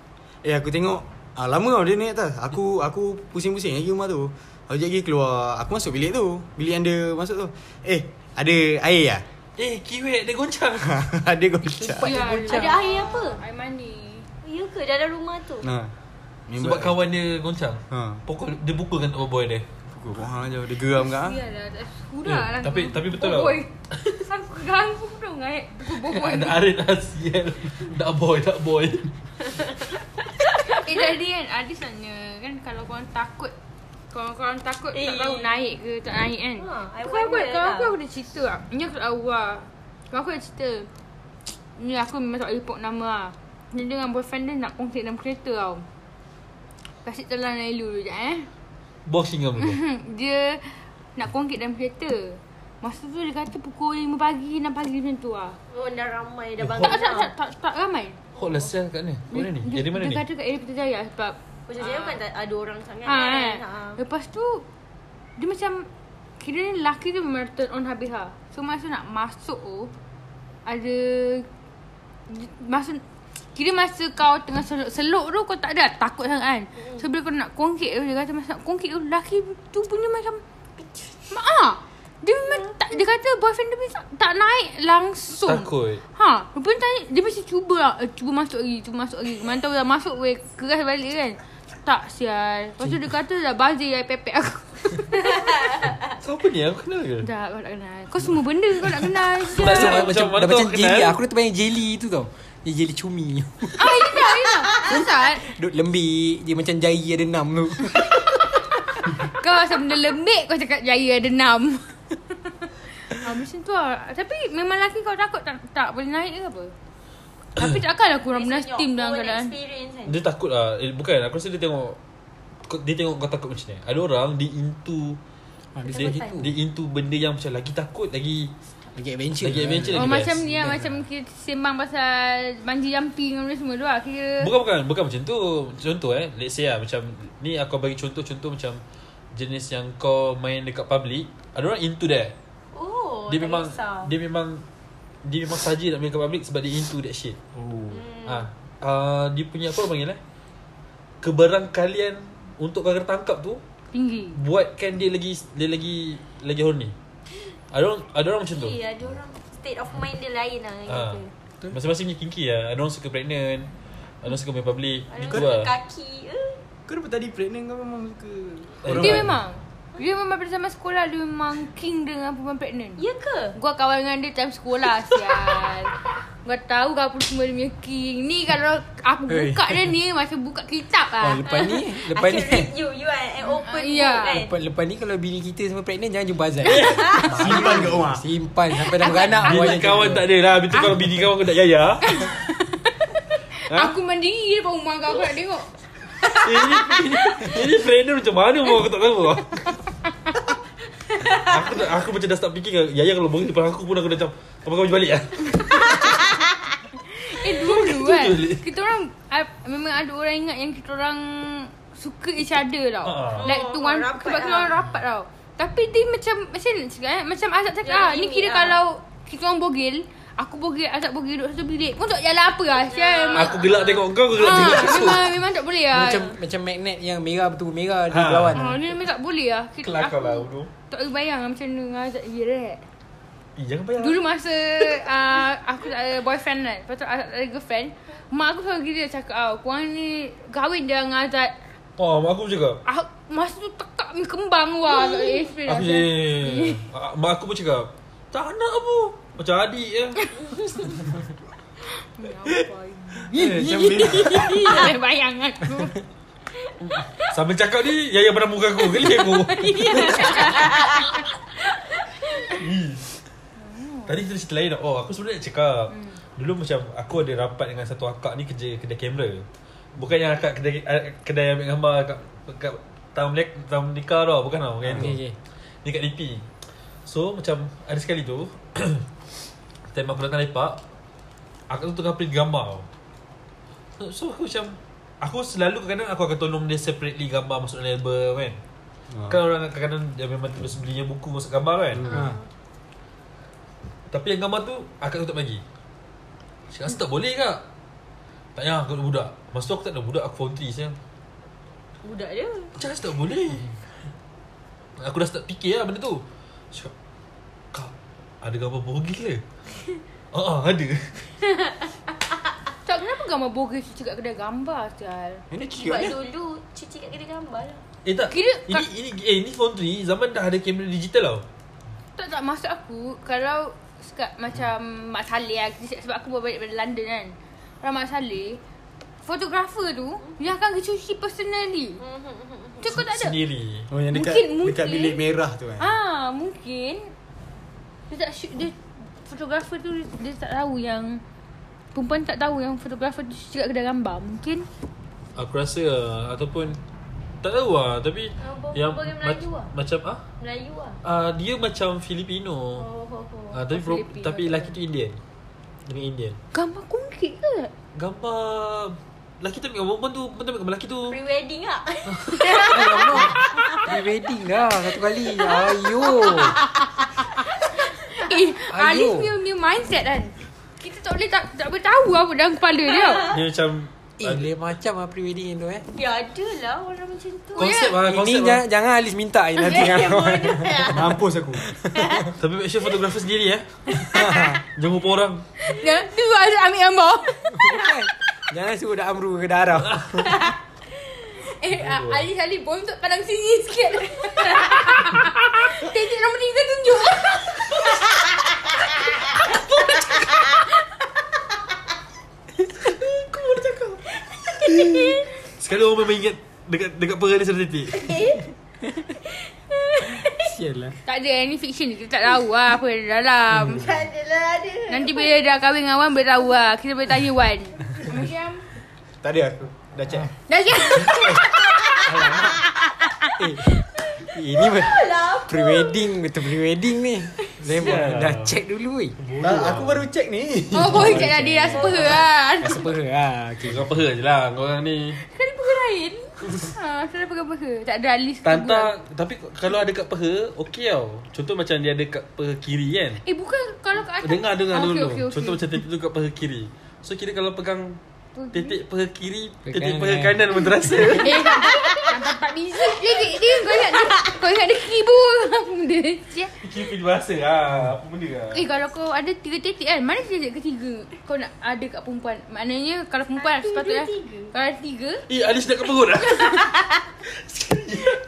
S4: Eh aku tengok ah, Lama tau dia naik atas Aku aku pusing-pusing lagi rumah tu Aku jadi keluar Aku masuk bilik tu Bilik yang dia masuk tu Eh ada air lah
S2: Eh kiwek dia goncang
S4: Ada gocak
S1: Ya,
S5: Ada air apa?
S1: Air mani
S5: You ya ke dalam rumah tu?
S4: nah,
S2: Sebab kawan dia goncang
S4: Ha.
S2: Pokok dia pukul kan Oh boy dia
S4: Pukul pohang je Dia geram kat ah.
S1: Biarlah tak Sudah
S2: Eh,
S1: lah
S2: tapi- tapi betul lah.
S1: Boboi Sangku ganggu dong Ngaik Boboi
S2: Ada arit asial Dak boy Dak boy
S1: Eh tadi kan Ada sebenarnya Kan kalau korang takut kalau korang takut eh. tak
S5: Eh.
S1: tahu naik ke tak naik kan. kalau
S5: Ha, I
S1: aku kalau
S5: wonder lah.
S1: aku aku ada cerita lah. Ni aku tak tahu lah. Kalau aku ada cerita. Ni lah, aku memang tak boleh report nama lah. Dia dengan boyfriend dia nak kongsi dalam kereta tau. Kasih telan Nailu dulu sekejap eh.
S2: Boxing kan dulu
S1: dia nak kongkit dalam kereta. Masa tu dia kata pukul 5 pagi 6 pagi macam tu lah
S5: Oh dah ramai dah bangun
S1: Tak tak tak tak, tak ramai
S2: Hot lah sial kat mana? Kat mana ni?
S1: Dia,
S2: Yang di mana
S1: dia
S2: ni?
S1: kata kat area Putrajaya sebab
S5: Macam saya bukan tak ada orang sangat
S1: ha,
S5: kan.
S1: eh. Lepas tu Dia macam Kira ni lelaki tu marathon on habis lah So masa nak masuk tu Ada Masa Kira masa kau tengah seluk-seluk tu Kau tak ada takut sangat kan So bila kau nak kongkit tu Dia kata masa nak kongkit tu Lelaki tu punya macam Mak ah! Dia memang tak, Dia kata boyfriend dia punya tak, tak naik langsung
S2: Takut.
S1: Ha, rupanya tanya, dia mesti cuba lah. Eh, cuba masuk lagi, cuba masuk lagi. Mana tahu dah masuk weh, keras balik kan. Tak sial. Lepas tu dia kata dah bazir air pepek aku.
S2: Siapa ni? Aku kenal ke?
S1: dah, kau tak kenal. Kau semua benda kau tak kenal.
S3: Tak
S1: Sial.
S3: macam,
S2: Macam
S3: macam,
S2: mana
S3: dah
S2: tahu
S3: macam
S2: kenal?
S3: jelly ah. Aku dah terbayang jelly tu tau Dia jelly cumi
S1: Ah, ini dah, ini dah. Ustaz,
S3: Duduk lembik Dia macam jayi ada enam tu
S1: kau asal benda lembik kau cakap jaya ada enam. ha, macam tu lah. Tapi memang lelaki kau takut tak, tak boleh naik ke apa? Tapi takkanlah kurang benar steam dalam keadaan.
S5: Oh, Experience kan.
S2: Dia takut lah. Eh, bukan. Aku rasa dia tengok kau- dia tengok kau takut macam ni. Ada orang dia into
S3: ha,
S2: dia,
S3: Dia suka
S2: dia,
S3: gitu
S2: into benda yang macam lagi takut lagi
S3: Lagi adventure
S2: Lagi adventure
S1: Oh,
S2: lagi
S1: macam
S2: best.
S1: ni lah. Macam kita sembang pasal bungee jumping dan semua tu lah. Kira...
S2: Bukan bukan bukan macam tu. Contoh eh, let's say lah macam ni aku bagi contoh-contoh macam jenis yang kau main dekat public, ada orang into that.
S5: Oh,
S2: dia
S5: tak
S2: memang
S5: kisah.
S2: dia memang dia memang saja nak main dekat public sebab dia into that shit.
S3: oh.
S5: Hmm.
S2: Ah, uh, dia punya apa orang panggil eh? Keberangkalian untuk kau kena tangkap tu
S1: Tinggi.
S2: buatkan dia lagi dia lagi lagi horny. Ada orang ada orang macam tu.
S5: Ya, ada orang state of mind dia lain lah dengan
S2: Ah.
S5: kita.
S2: Masing-masing punya kinky lah. Ada orang suka pregnant. Ada orang suka main public.
S5: Ada
S2: Gitu
S5: orang
S2: lah.
S5: lah. kaki. Eh.
S4: Kau dapat tadi pregnant kau memang suka
S2: Orang
S1: Dia
S2: lain.
S1: memang Dia memang pada zaman sekolah Dia memang king dengan perempuan pregnant
S5: Ya ke?
S1: Gua kawan dengan dia time sekolah Sial Gua tahu kau pun semua dia punya king Ni kalau aku
S3: Hey.
S1: buka dia ni Macam buka kitab
S3: Oh,
S1: lah
S3: lepas ni Lepas
S5: I
S3: ni
S5: can read you. You are an
S1: Ah,
S5: open
S1: ya.
S5: book kan.
S3: Lepas, lepas ni kalau bini kita semua pregnant Jangan jumpa Azad
S4: Simpan kat rumah
S3: Simpan sampai dah beranak
S2: Bini kawan tak ada lah Betul kalau bini kawan kau tak jaya
S3: ah.
S1: Aku mandiri depan rumah kau Aku nak tengok
S2: Ini ini, ini trainer macam mana pun aku tak tahu lah. aku, tak- aku macam dah start fikir kan, Yaya kalau bangun depan aku pun aku dah macam Apa kau balik lah
S1: Eh dulu kan Kita orang ah, Memang ada orang ingat Yang kita orang Suka each other tau
S2: Ah.
S1: Like to one
S5: Rapat
S1: Sebab kita
S5: lah.
S1: orang rapat tau Tapi dia macam Macam mana nak cakap eh Macam Azab cakap
S5: Jangan
S1: ah, Ni
S5: limit
S1: kira
S5: lah.
S1: kalau Kita orang bogel Aku bogel Azab bogel Duduk satu bilik Pun tak jalan apa lah
S5: Ya.
S1: Sial memang-
S2: Aku gelak tengok kau Aku gelak
S1: Ah,
S2: tengok aku
S1: Memang memang tak boleh lah
S3: Macam macam magnet yang merah betul merah Dia
S2: Ha.
S3: berlawan
S1: Ah, Ni memang tak boleh lah Kita-
S2: Kelakar
S1: aku
S2: lah Udo
S1: Tak boleh bayang lah Macam mana dengan Azab Direct
S2: Eh jangan payah
S1: Dulu masa uh, aku tak ada boyfriend kan. Lepas tu aku tak ada girlfriend. Mak aku selalu gila cakap, ah, korang ni kahwin dia dengan Azad.
S2: Oh mak aku cakap
S1: Ah, masa tu tekak ni kembang wah. Tak boleh explain
S2: Aku
S1: lah.
S2: je Ah, Mak aku pun cakap Tak nak apa Macam adik ya. je
S4: Eh, Macam beli
S1: Tak boleh bayang aku.
S2: Sambil cakap ni Yaya pandang muka aku Geli aku Hmm. Tadi kita cerita lain tau. Oh aku sebenarnya nak cakap
S3: Hmm.
S2: Dulu macam Aku ada rapat dengan satu akak ni Kerja kedai kamera Bukan yang akak kedai eh, Kedai ambil gambar Kat, kat Tahun melek Tahun nikah tau Bukan tau Yang tu
S3: Okey, okey.
S2: Ni kat DP So macam Ada sekali tu Time aku datang lepak Akak tu tengah print gambar tau So- So aku macam Aku selalu kadang-kadang aku akan tolong dia separately gambar masuk dalam album kan
S4: Ah.
S2: Kan orang kadang-kadang dia memang terus belinya buku masuk gambar kan
S3: Ha.
S1: Ah.
S2: Tapi yang gambar tu akak tu tak bagi Saya rasa tak boleh kak Tak payah aku ada budak Masa tu aku tak ada budak aku form 3 sayang
S5: Budak dia.
S2: Macam rasa tak boleh Aku dah start fikir lah benda tu Cakap Kak ada gambar bogil ke? Ah, ah, ada.
S1: Tak kenapa gambar bogus tu cakap kedai gambar sial.
S3: Ini cute
S5: Sebab
S3: ni
S5: dulu cici kat kedai gambar lah.
S2: Eh tak.
S1: Kira
S2: ini,
S1: kak-
S2: ini eh ini phone 3 zaman dah ada kamera digital tau.
S1: Tak tak maksud aku kalau sekat macam Mak Saleh lah kita- sebab aku baru balik dari London kan. Kalau Mak Saleh fotografer tu dia akan cuci personally. Tu kau tak ada.
S2: Sendiri.
S4: Oh yang dekat
S1: Mungkin, mungkin.
S4: Dekat bilik merah tu kan
S1: Ah, mungkin dia tak shoot dia fotografer tu dia, dia tak tahu yang perempuan tak tahu yang fotografer tu cakap kedai gambar. Mungkin
S2: Aku rasa uh, Ataupun Tak tahu lah Tapi
S5: Apa-
S2: yang
S5: apa dia Melayu
S2: mac-
S5: ah?
S2: Macam ah
S5: Melayu lah
S2: ah, Dia macam Filipino
S5: Oh, oh, oh.
S2: ah, Tapi pro,
S1: Filipino
S2: tapi
S1: tu.
S2: lelaki tu Indian Dengan Indian
S1: Gambar kungkit ke?
S2: Gambar Lelaki tu ambil gambar perempuan tu Perempuan tu ambil gambar lelaki tu
S5: Pre-wedding lah
S3: Pre-wedding lah satu kali. Ayo.
S1: Eh, Alif
S3: Ayo.
S1: punya, punya mindset kan. Kita tak boleh tak, tak boleh tahu apa dalam kepala dia.
S2: Dia macam ah,
S3: Eh, lain macam lah pre-wedding tu eh.
S5: Ya ada lah orang macam tu
S2: Konsep lah
S3: Ini
S2: Konsep lah
S3: jangan, jangan Alis minta ni nanti kan.
S4: Mampus aku
S2: Tapi make sure fotografer sendiri eh Jangan rupa orang
S1: Dia tu asyik ambil gambar.
S3: Bukan. Kan? Jangan suruh dah Amru ke darah.
S1: Eh, ah, Alif Alif bontot pandang sini sikit. Titik nombor tiga tunjuk.
S2: Sekali orang memang ingat Dekat dekat perang dia serta titik
S3: Sial lah.
S1: Tak ada any fiction ni, kita tak tahu lah apa dia dalam.
S5: Tak ada lah ada
S1: Nanti bila dah kahwin dengan Wan boleh tahu lah. Kita boleh tanya Wan. Macam
S4: Tak ada aku Dah check
S1: Dah siap.
S3: Ini ber- pre-wedding betul pre-wedding ni. Lain buat dah check dulu weh.
S4: Tak, Aku baru check ni
S1: Oh boy kat lah dia rasa peha lah
S3: Rasa apa ah. Okay.
S2: Kau apa je lah Korang ni
S1: Kan peha lain Ha, Haa Kenapa pegang peha Tak ada alis ke
S2: Tantang Tapi kalau ada kat peha Okey tau Contoh macam dia ada kat peha kiri kan
S1: bulan? Eh bukan kalau kat atas
S2: Dengar dengar
S1: Ah,
S2: dulu
S1: okey, okey,
S2: Contoh
S1: okey.
S2: macam titik tu kat peha kiri So kira kalau pegang
S1: Peha
S2: Titik peha kiri
S3: Peha
S2: Titik
S3: kanan.
S2: peha kanan pun terasa
S1: Eh tak Nampak tak bisa Dia dia, dia Kau ingat dia Kau ingat dia keyboard Benda Cia.
S2: Kira pilih bahasa lah Apa benda lah
S1: Eh kalau kau ada tiga titik kan Mana titik ketiga Kau nak ada kat perempuan Maknanya kalau perempuan sepatutnya Kalau ada tiga
S2: Eh Alis dah kat perut lah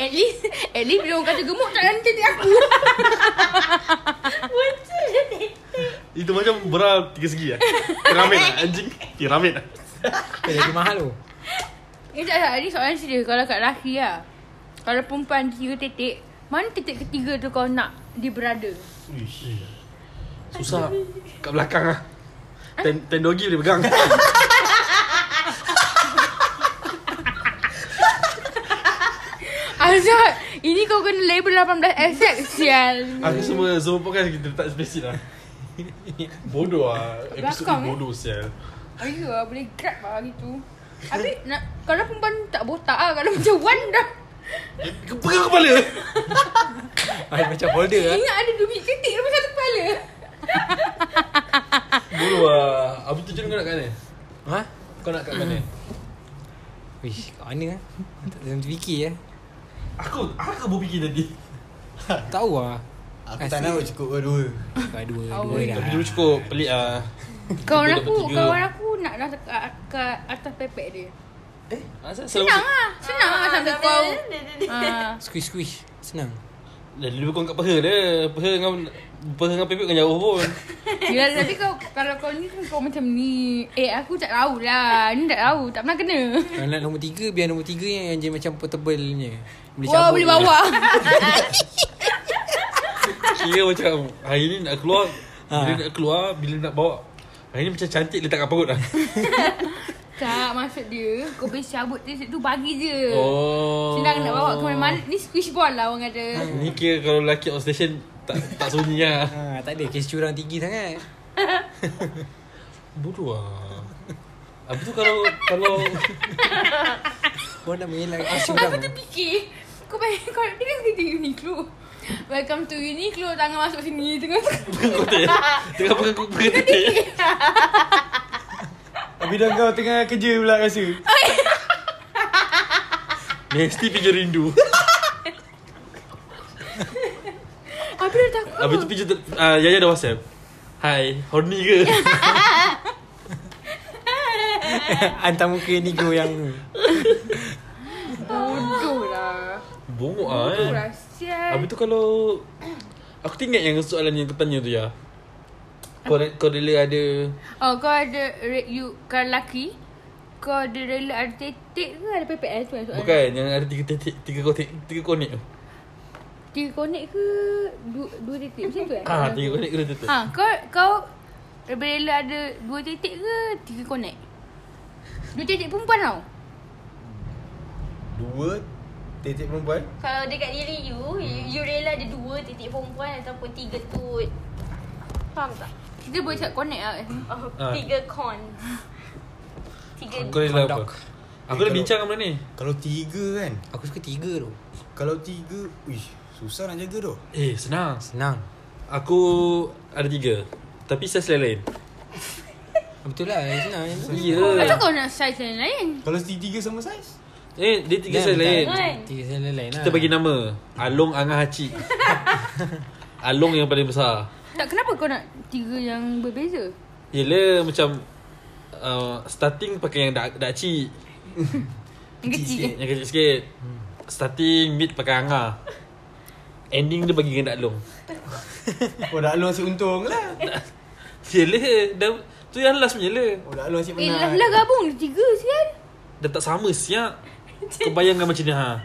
S1: At least At least bila orang kata gemuk Tak ada titik aku
S2: Itu macam bra tiga segi lah Piramid lah anjing Piramid lah
S3: Eh, Lagi mahal tu.
S1: Eh tak tak Ini soalan serius Kalau kat lelaki lah Kalau perempuan tiga titik Mana titik ketiga tu kau nak Dia berada
S2: Eh. Susah Kat belakang
S1: Ah.
S2: lah Ten, tendogi boleh pegang
S1: Azad Ini kau kena label 18 SX Sial
S2: Aku semua Semua podcast kita letak spesifik lah Bodoh lah Episod
S1: Belakang, eh?
S2: ni bodoh sial
S1: Ayo lah boleh grab lah gitu Habis nak, Kalau perempuan tak botak lah Kalau macam one dah
S2: Kau Pegang kepala
S3: Ah, macam holder lah.
S1: Ingat ada dua biji titik Dalam satu kepala
S2: Bodoh lah Habis tu macam mana kau nak kat mana?
S3: Ha?
S2: Kau nak kat mana?
S3: Wish, kat mana? eh? Tak ada fikir eh.
S2: Aku Aku berfikir tadi
S3: Tahu lah.
S4: Aku tak nak cukup kau dua
S3: Kau dua,
S1: Oh,
S3: dua dah.
S2: Tapi dulu cukup Pelik lah
S1: Kawan aku
S2: Tiga dapat tiga.
S1: Kawan aku nak dah kat, kat atas pepek dia
S2: Asal
S1: Senang
S2: Ah,
S1: lah
S2: selalu
S1: Senang lah sampai kau Ah.
S3: Squish squish. Senang.
S2: Dah dulu kau kat peha dia Peha dengan Peha dengan pepek kan jauh pun
S1: Ya tapi kau Kalau kau ni kan kau macam ni Eh aku tak tahu lah Ni tak tahu Tak pernah kena
S3: Kalau nak nombor tiga, biar nombor tiga yang, yang dia macam portable punya. Boleh
S1: Wah
S3: cabut lah.
S1: boleh
S3: je.
S1: bawa
S2: Kira macam Hari ni nak keluar
S3: Ha.
S2: Bila nak keluar Bila nak bawa Hari ni macam cantik letak kat perut lah
S1: Tak maksud dia Kau boleh cabut dia situ Bagi je
S2: Oh
S1: Senang nak bawa ke mana-mana Ni squish ball lah orang kata
S2: Ni kira kalau lelaki outstation Tak tak sunyi lah
S3: Ha, tak ada kes curang tinggi sangat.
S2: Bodoh lah Habis tu kalau Kalau
S3: Orang nak mengelak kes curang.
S1: Aku terfikir Kau bayang Kau kan nak pergi kerja Uniqlo Welcome to Uniqlo Tangan masuk sini Tengah
S2: Kau tak Tengah pegang pegang titik
S4: Tapi dah kau tengah kerja pula rasa
S2: Mesti pijak rindu
S1: Aku dah takut
S2: Habis tu pijak uh, Yaya dah whatsapp Hai Horny ke?
S3: Hantar muka ni go yang tu.
S1: Bodoh lah
S2: Bongok ah
S1: Bodoh
S2: eh
S1: lah Sial
S2: Habis tu kalau Aku teringat yang soalan yang kau tanya tu ya Kau, re- kau rela ada
S1: Oh kau ada re- you kau lelaki kau ada rela ada tetek ke ada pepek eh tu lah soalan.
S2: Bukan yang ada tiga titik Tiga konek Tiga konek tu
S1: Tiga konek ke dua, dua tetek macam tu eh?
S2: Ah, tiga konek kena titik
S1: Ha kau kau rela ada dua tetek ke tiga konek? Dua tetek perempuan tau.
S4: Dua Titik perempuan
S5: Kalau dekat diri you, you, you rela ada dua titik perempuan ataupun tiga tut. Faham tak?
S1: Kita boleh cakap connect lah kat sini.
S5: Oh,
S2: Ah.
S5: tiga con. Tiga
S2: Kau rela apa?
S3: Conduct.
S2: Aku
S4: Eh,
S2: dah
S4: kalau-
S2: bincang dengan benda ni
S4: Kalau tiga kan
S3: Aku suka tiga tu
S4: Kalau tiga Uish Susah nak jaga tu
S2: Eh senang
S3: Senang
S2: Aku ada tiga Tapi saiz lain-lain
S3: Betul lah Senang je tu.
S2: Ya
S1: Macam kau nak size lain-lain
S4: Kalau tiga sama saiz
S2: Eh dia tiga
S3: Dan
S2: saiz
S3: tak-
S2: lain
S5: Kan?
S3: Tiga saiz lain lah
S2: Kita bagi nama Along Angah Haci Along yang paling besar
S1: Tak kenapa kau nak tiga yang berbeza
S2: Yelah macam uh, Starting pakai yang dak, dakci
S1: Yang kecil je
S2: Yang kecil sikit Starting mid pakai Angah Ending dia bagi dengan Along
S4: Oh dah lu asyik untung lah
S2: Yelah dah, Tu yang last punya lah
S4: Oh dah lu asyik
S1: Eh lah
S4: menang
S1: lah gabung Tiga sial
S2: Dah tak sama siap Kau bayangkan macam ni ha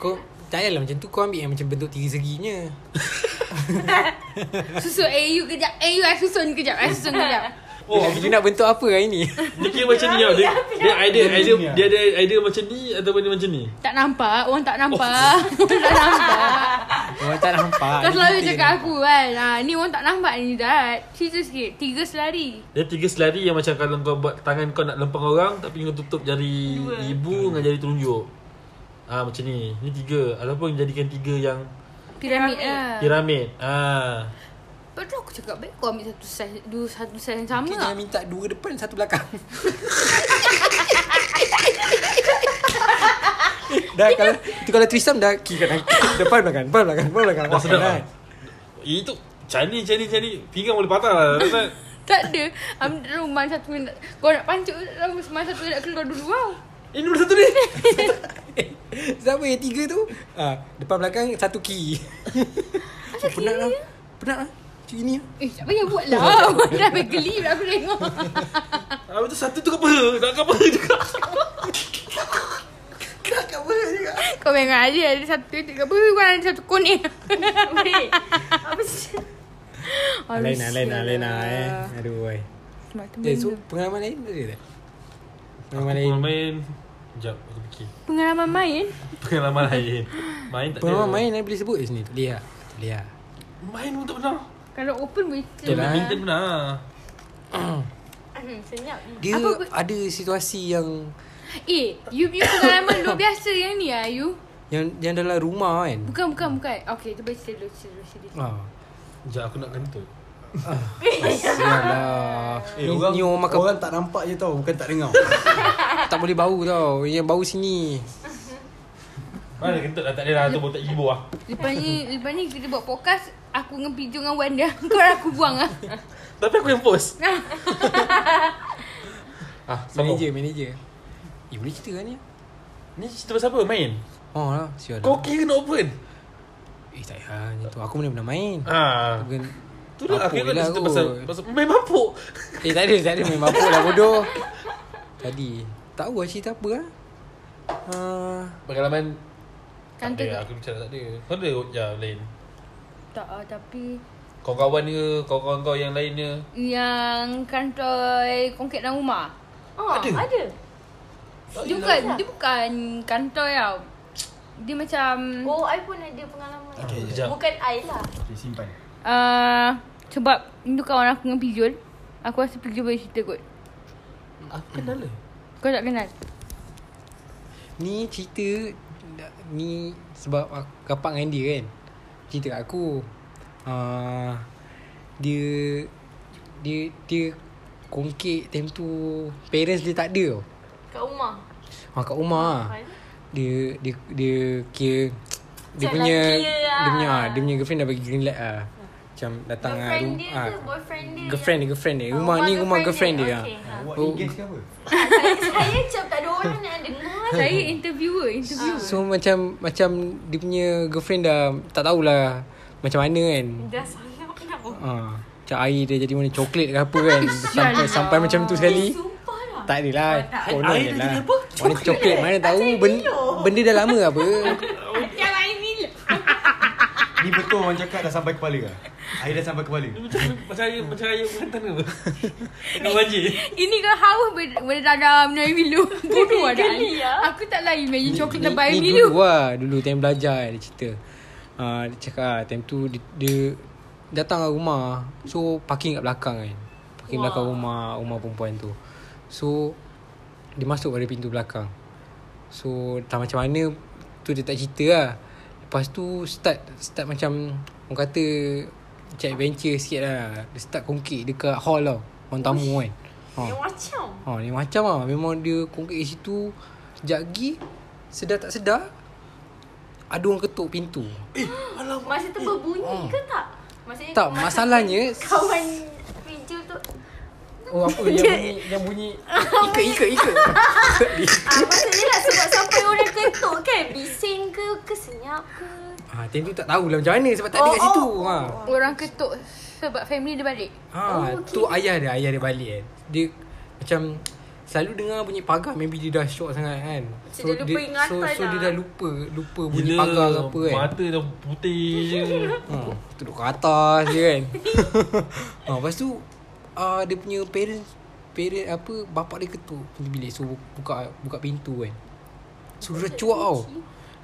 S3: Kau Tak payahlah macam tu Kau ambil yang macam bentuk tiga seginya
S1: Susun AU kejap AU I susun kejap I susun kejap
S2: Oh
S3: Dia nak bentuk apa hari ni
S2: Dia kira macam ni tau Dia, dia idea, idea
S4: ni ah.
S2: Dia ada idea macam ni Ataupun dia macam ni
S1: Tak nampak Orang tak nampak
S3: Oh.
S1: Orang tak nampak
S3: Orang Oh, tak nampak
S1: Kau
S3: Dia
S1: selalu
S3: kita
S1: cakap
S3: ni.
S1: aku kan ha, Ni orang tak nampak ni Zat Cerita sikit Tiga selari
S2: Dia tiga selari yang macam Kalau kau buat tangan kau nak lempang orang Tapi kau tutup jari ibu Dengan jari telunjuk Ah Macam ni Ni tiga Ataupun jadikan tiga yang
S1: Piramid lah
S3: Ya.
S2: Piramid Ah,
S1: Lepas tu aku cakap Baik kau ambil satu saiz Dua satu saiz yang sama
S3: Mungkin
S1: lah
S3: jangan minta dua depan Satu belakang Dah kalau Itu kalau Trisam dah Kiri kanan Depan belakang Depan belakang Depan belakang
S2: Dah sedap
S3: kan?
S2: lah Itu Macam ni macam ni macam ni Pinggang boleh patah lah Ustaz.
S1: Tak ada Ambil rumah satu minit Kau nak pancuk Rumah satu minit keluar dulu wow.
S2: Eh nombor satu ni
S3: Siapa yang tiga tu ah, Depan belakang Satu kiri Asal Penat lah Penat lah Macam ini lah
S1: Eh tak payah buat lah Dah bergeli pula aku tengok
S2: Habis tu Ah, satu tu kau apa Nak kau apa juga
S1: Kau memang ada Ada satu titik apa Kau ada satu kuning
S5: Weh, apa sih?
S3: Lain lah Lain lah Lain lah eh Aduh boy
S1: Sebab tu
S3: Eh, so
S1: benda.
S3: pengalaman lain tak ada tak?
S2: Aku
S3: Pengalaman lain
S2: pun main Sekejap aku fikir
S1: Pengalaman main
S2: Pengalaman lain Main tak ada
S3: Pengalaman main eh, boleh sebut kat sini Tak boleh lah Tak boleh lah
S2: Main pun tak pernah
S1: Kalau open boleh
S2: Betul
S1: cerita
S3: lah.
S2: lah Badminton pernah
S5: Hmm, senyap ni.
S3: Dia
S1: Apa bu-
S3: lah. ada situasi yang
S1: Eh You punya pengalaman luar biasa yang ni lah You
S3: yang yang dalam rumah kan.
S1: Bukan bukan bukan Okay tu boleh cerita dulu Cerita dulu, cerita dulu
S3: Ah.
S2: Sekejap aku nak kentut
S3: Sialah.
S4: Eh,
S3: lah. ni,
S4: orang,
S3: ni orang makan
S4: orang tak nampak je tau Bukan tak dengar
S3: tak boleh bau tau. Yang bau sini.
S2: Mana kentut dah tak ada lah Tu botak ibu lah
S1: Lepas ni Lepas ni kita buat podcast Aku dengan Piju dengan Wan dia Kau aku buang lah
S2: Tapi aku yang post Ah, sambung
S3: Manager, manager. Eh, boleh cerita kan ni?
S2: Ni cerita pasal apa? Main?
S3: Oh lah, sialah.
S2: Kau kira nak open?
S3: Eh, tak payah macam tu. Aku mana pernah main.
S2: Ah.
S3: Bukan
S2: Tu dah
S3: Mabuk
S2: aku
S3: je lah
S2: nak cerita
S3: kot.
S2: pasal, pasal Main mabuk
S3: Eh, tak ada, tak ada. Main mabuk lah bodoh. Tadi. Tak tahu lah cerita apa lah. Ah,
S2: Pengalaman Tak
S1: Kantor
S2: ada lah. Aku bicara tak ada Kau ada ya, lain
S1: Tak ah, tapi
S2: Kau kawan ke Kau kawan kau yang lain ke
S1: Yang kantor Kongkit dalam rumah
S5: Oh, ada. ada.
S1: Dia bukan Dia bukan kantor tau Dia macam
S5: Oh, I pun ada pengalaman.
S2: Okay, Oh, jap.
S5: Bukan I lah.
S4: Okay simpan
S1: uh, Sebab Itu kawan aku dengan Pijul Aku rasa Pijul boleh cerita kot
S2: Aku kenal lah
S1: Kau tak kenal
S3: Ni cerita Ni sebab aku kapak dengan dia kan Cerita kat aku uh, Dia Dia Dia Kongkit time tu Parents dia tak ada tau
S5: Kat rumah.
S3: Ha kat rumah lah.
S5: Ah,
S3: Dia Dia Dia Kira Dia
S5: Macam
S3: punya
S5: lelaki dia
S3: Dia punya
S5: lah. Hmm.
S3: ah, Dia punya girlfriend dah bagi green light lah Macam datang lah
S5: Girlfriend
S3: rum-
S5: dia
S3: ah,
S5: ke boyfriend dia?
S3: Girlfriend dia Girlfriend dia
S5: Ah,
S3: Eh, Rumah ni rumah girlfriend dia,
S5: Okay,
S3: ah.
S5: ha.
S4: Awak
S3: Oh.
S4: engage ke apa?
S5: Saya macam tak ada orang nak dengar.
S1: Saya interviewer Interviewer
S3: So macam Macam Dia punya girlfriend dah Tak tahulah Macam mana kan
S5: Dah sangat nak
S3: Ah, macam air dia jadi warna coklat ke apa kan sampai sampai macam tu sekali
S5: Sumpah lah.
S3: tak adalah konon
S2: Air dia
S3: je lah.
S2: jadi apa?
S3: warna coklat mana tahu ben, benda dah lama apa
S1: Yang lain ni
S4: Ni betul orang cakap dah sampai kepala lah. Air dah sampai kepala.
S2: Macam macam air macam air bukan tanah apa. Nak wajib.
S1: Ini ke haus ber- berdarah menaik Milo Bodoh ada Ali
S5: Geli, ya.
S1: Aku tak lain Imagine coklat dah
S3: ni
S1: bayar
S3: dulu
S1: Milo
S3: lah Dulu time belajar eh, Dia cerita uh, Dia cakap ah, Time tu dia, dia Datang kat rumah So parking kat belakang kan Parking wow. belakang rumah Rumah perempuan tu So Dia masuk pada pintu belakang So Tak macam mana Tu dia tak cerita lah Lepas tu Start Start macam Orang kata Macam adventure sikit lah Dia start kongkit Dekat hall tau Orang tamu kan Ha.
S5: Yang macam.
S3: Ha ni macam lah Memang dia kongkit kat situ Sekejap lagi Sedar tak sedar Ada orang ketuk pintu Eh,
S5: Masa tu berbunyi ke tak? Maksudnya
S3: Hmm. Tak,
S5: masa
S3: masalahnya-
S5: Kawan Piju tu
S3: Oh apa yang bunyi Yang bunyi Ikat ikat ikat
S5: ah, Maksudnya lah sebab sampai orang ketuk kan Bising ke, ke senyap ke
S3: Ha time tu tak tahulah macam mana Sebab tak ada
S5: Oh,
S3: kat situ
S5: oh,
S3: Ha
S1: Orang ketuk Sebab family dia balik
S3: Ha
S5: Oh, okay.
S3: tu ayah dia Ayah dia balik kan Dia macam Selalu dengar bunyi pagar Maybe dia dah shock sangat kan
S5: So, dia lupa ingatan
S3: so, so
S5: lah.
S3: dia dah lupa Lupa bunyi pagar ke apa kan
S2: Mata dah putih je.
S3: ha, Duduk kat atas je kan ha, Lepas tu uh, Dia punya parents Parent apa Bapak dia ketuk pintu bilik So buka buka pintu kan So dia dah cuak tau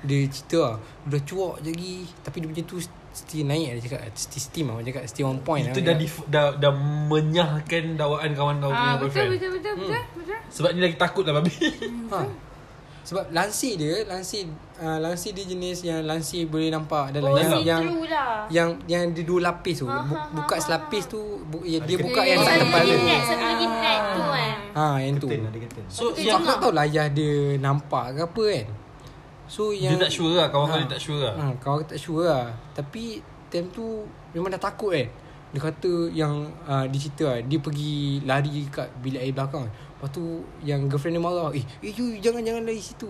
S3: Dia cerita lah Dia dah cuak je lagi Tapi dia punya tu Still naik lah dia cakap Still steam lah dia cakap Still on point
S2: Itu
S3: lah
S2: dah, dif, dah dah menyahkan dawaan kawan kau punya Hmm.
S1: Ah Betul
S2: boyfriend.
S1: betul betul betul betul
S2: Sebab ni lagi takut lah babi.
S3: ha. Sebab lansir dia Lansir uh, Lansir dia jenis yang Lansir boleh nampak dalam
S5: Oh,
S3: yang,
S5: see
S3: yang,
S5: through lah
S3: yang yang dia dua lapis tu Bu- buka selapis tu bu, ya, dia buka yang
S5: Satu
S3: dekat
S1: Kepala.
S5: lagi
S3: kepala
S5: net, satu lagi net tu kan
S3: ha yang tu
S4: Curtain ada curtain.
S2: So
S3: Dia
S2: yang
S3: tak tahu lah ayah dia nampak ke apa kan. So
S2: dia
S3: yang
S2: tak sure lah kawan kau
S3: Ha.
S2: dia tak sure lah.
S3: Ha, kau tak sure lah. Tapi time tu memang dah takut kan. Dia kata yang uh, dia cerita lah, dia pergi lari kat bilik air belakang. Lepas tu yang girlfriend dia marah, "Eh, eh you jangan jangan dari situ."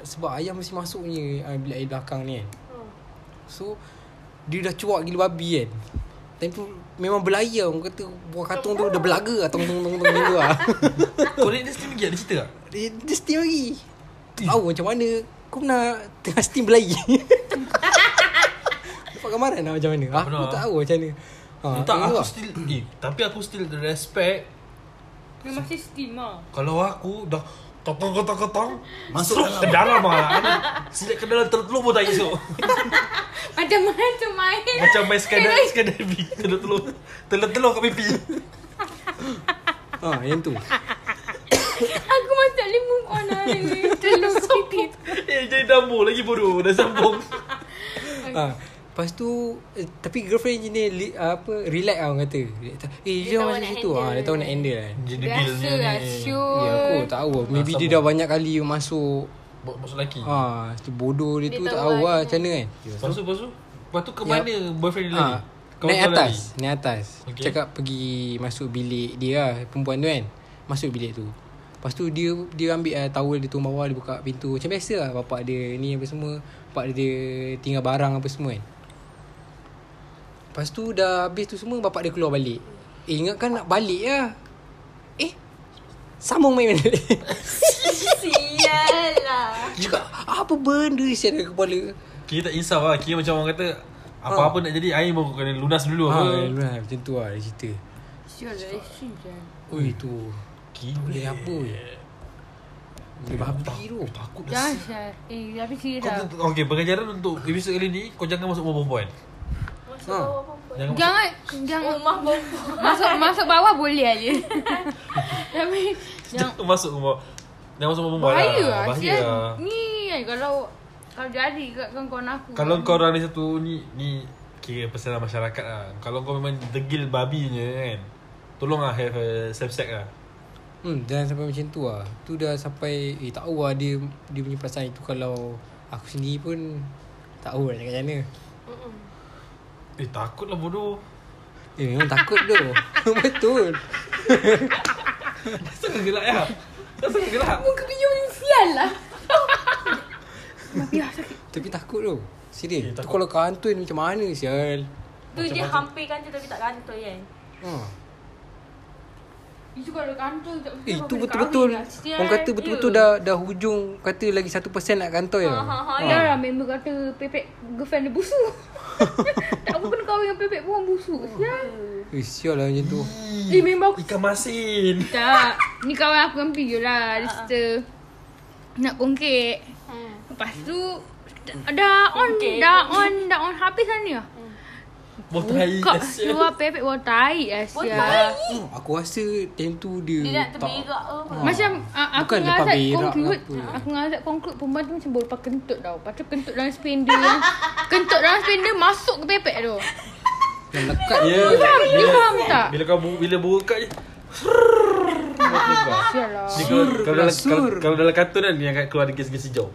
S3: Sebab ayah mesti masuk ni uh, bilik air belakang ni kan. So dia dah cuak gila babi kan. Time tu memang berlari lah. Orang kata buah katong tu dah belaga lah. Tong tong tong tong gitu lah.
S2: Kau ni dia still pergi ada cerita tak?
S3: Dia, dia steam lagi Tak tahu macam mana Kau pernah tengah steam berlari Dapat gambaran lah macam mana Aku
S2: pernah.
S3: tak tahu macam mana ha,
S2: Eh, tak
S3: tu
S2: aku
S3: lah.
S2: still eh, tapi aku still respect
S1: Memang masih steam lah
S2: kalau aku dah tokong kotong kotong
S4: Masuk
S2: masuk ke dalam ah. Anak Silap ke dalam telur pun tak esok.
S1: Macam mana tu
S3: Eh,
S1: main
S2: Macam main skandal skandal bi telur telur telur telur kat pipi.
S3: ha, Yang tu
S1: Aku masih tak boleh move on lah ni. Telur pipi tu
S2: Eh jadi dambur lagi bodoh dah sambung.
S3: ha. Lepas tu eh, Tapi girlfriend je ni li- apa, Relax lah orang kata Dia kata, Eh dia, dia
S5: tahu
S3: macam
S5: nak
S3: situ ha, Dia tahu nak handle kan
S2: Jadi
S1: Biasa lah
S3: Ya
S1: Sure
S3: aku tak tahu Maybe dia dah banyak kali masuk
S2: masuk lelaki.
S3: ha, tu Bodoh dia, tu tak tahu lah macam mana kan
S2: Lepas tu lepas tu lepas tu ke mana boyfriend dia lagi?
S3: ha,
S2: Kawan
S3: Naik
S2: kau lagi?
S3: atas Naik atas
S2: Okey.
S3: okay. Cakap pergi Masuk bilik dia lah Perempuan tu kan Masuk bilik tu Lepas tu dia Dia ambil uh, towel dia tu bawah Dia buka pintu Macam biasa lah Bapak dia ni apa semua Bapak dia Tinggal barang apa semua kan Lepas tu dah habis tu semua Bapak dia keluar balik Eh ingatkan nak balik lah Eh Sambung main balik
S5: Sial lah
S3: Cakap Apa benda Isi ada kepala
S2: Kira tak insaf lah Kira macam orang kata Apa-apa
S1: Ha.
S2: nak jadi Air pun kena lunas dulu
S3: Ha,
S2: apa
S1: ya.
S3: Lunas macam tu lah dia cerita
S1: Sure lah Sure lah
S3: Ui tu
S2: Gila.
S3: Boleh apa Boleh babi tu
S2: Takut dah
S1: Jangan Syah Eh tapi serius
S2: Kau
S1: lah
S2: tu- Okay pengajaran untuk episod kali ni Kau jangan masuk rumah perempuan
S5: Masuk
S3: Ha.
S5: bawah perempuan
S2: Jangan masuk
S1: Jangan Jangan
S5: Rumah perempuan
S1: Masuk masuk bawah boleh aja. Tapi yang
S2: Jangan masuk rumah Jangan masuk rumah perempuan
S1: bahaya lah.
S2: Bahaya
S1: kesian.
S2: lah
S1: Ni kan kalau kalau jadi kat kawan-kawan aku.
S2: Kalau kau orang ni satu ni Ni Kira pesanan masyarakat lah Kalau kau memang degil babinya kan Tolong lah have a safe sex lah
S3: Hmm jangan sampai macam tu lah Tu dah sampai Eh tak tahu lah dia Dia punya perasaan itu Kalau Aku sendiri pun Tak tahu nak cakap macam mana
S2: Eh takut lah bodoh
S3: Eh memang takut tu Betul
S2: Kenapa kau gelak ya? Kenapa kau gelak?
S1: muka pinjam ni sial lah. Babi lah sakit.
S3: Tapi takut tu
S2: Eh,
S3: Serius Tu
S2: takut.
S3: kalau kau hantu ni macam mana sial
S5: Tu dia hampir kan tu tapi tak kantoi kan
S3: Ha
S1: Itu kalau kantor tak apa
S3: Eh, itu
S1: boleh
S3: betul-betul
S1: kahwin lah. Sial
S3: Orang
S5: ya.
S3: kata betul-betul
S1: je.
S3: dah dah hujung Kata lagi 1% nak kantoi
S5: Ha, ha,
S3: tau
S5: ha.
S1: Ya lah member kata Pepek girlfriend dia busu Tak apa kena kahwin dengan pepek pun busu Sial
S5: ha.
S3: Eh sial lah macam tu
S1: Eh member aku
S2: Ikan masin
S1: Tak Ni kawan aku kan pergi lah Dia cerita Nak kongkek
S5: Hmm.
S1: Lepas tu dah- Dah on
S5: Kongkek.
S1: Dah on Dah on habis lah ni lah
S2: Botai
S1: Buka seluar pepek Wah tahi lah
S5: Botai.
S1: sial
S3: Hmm, Aku rasa time tu
S5: Dia nak
S3: dia
S5: terberak ke apa?
S1: Macam uh, aku
S3: Bukan lepas
S1: ngasat
S3: berak
S1: conclude
S3: ke apa.
S1: Aku ngasat conclude Perempuan tu macam Berlepas kentut tau Lepas tu kentut dalam spender yang Kentut dalam spender Masuk ke pepek tu
S3: Yang lekat
S2: Ya
S3: je
S1: Faham? You faham tak?
S2: Bila kau bu- bila buka je
S1: Sial lah
S2: Ni kalau, kalau, dalam,
S3: Sur.
S2: kalau, kalau dalam kartun kan Yang akan keluar ada gesi-gesi hijau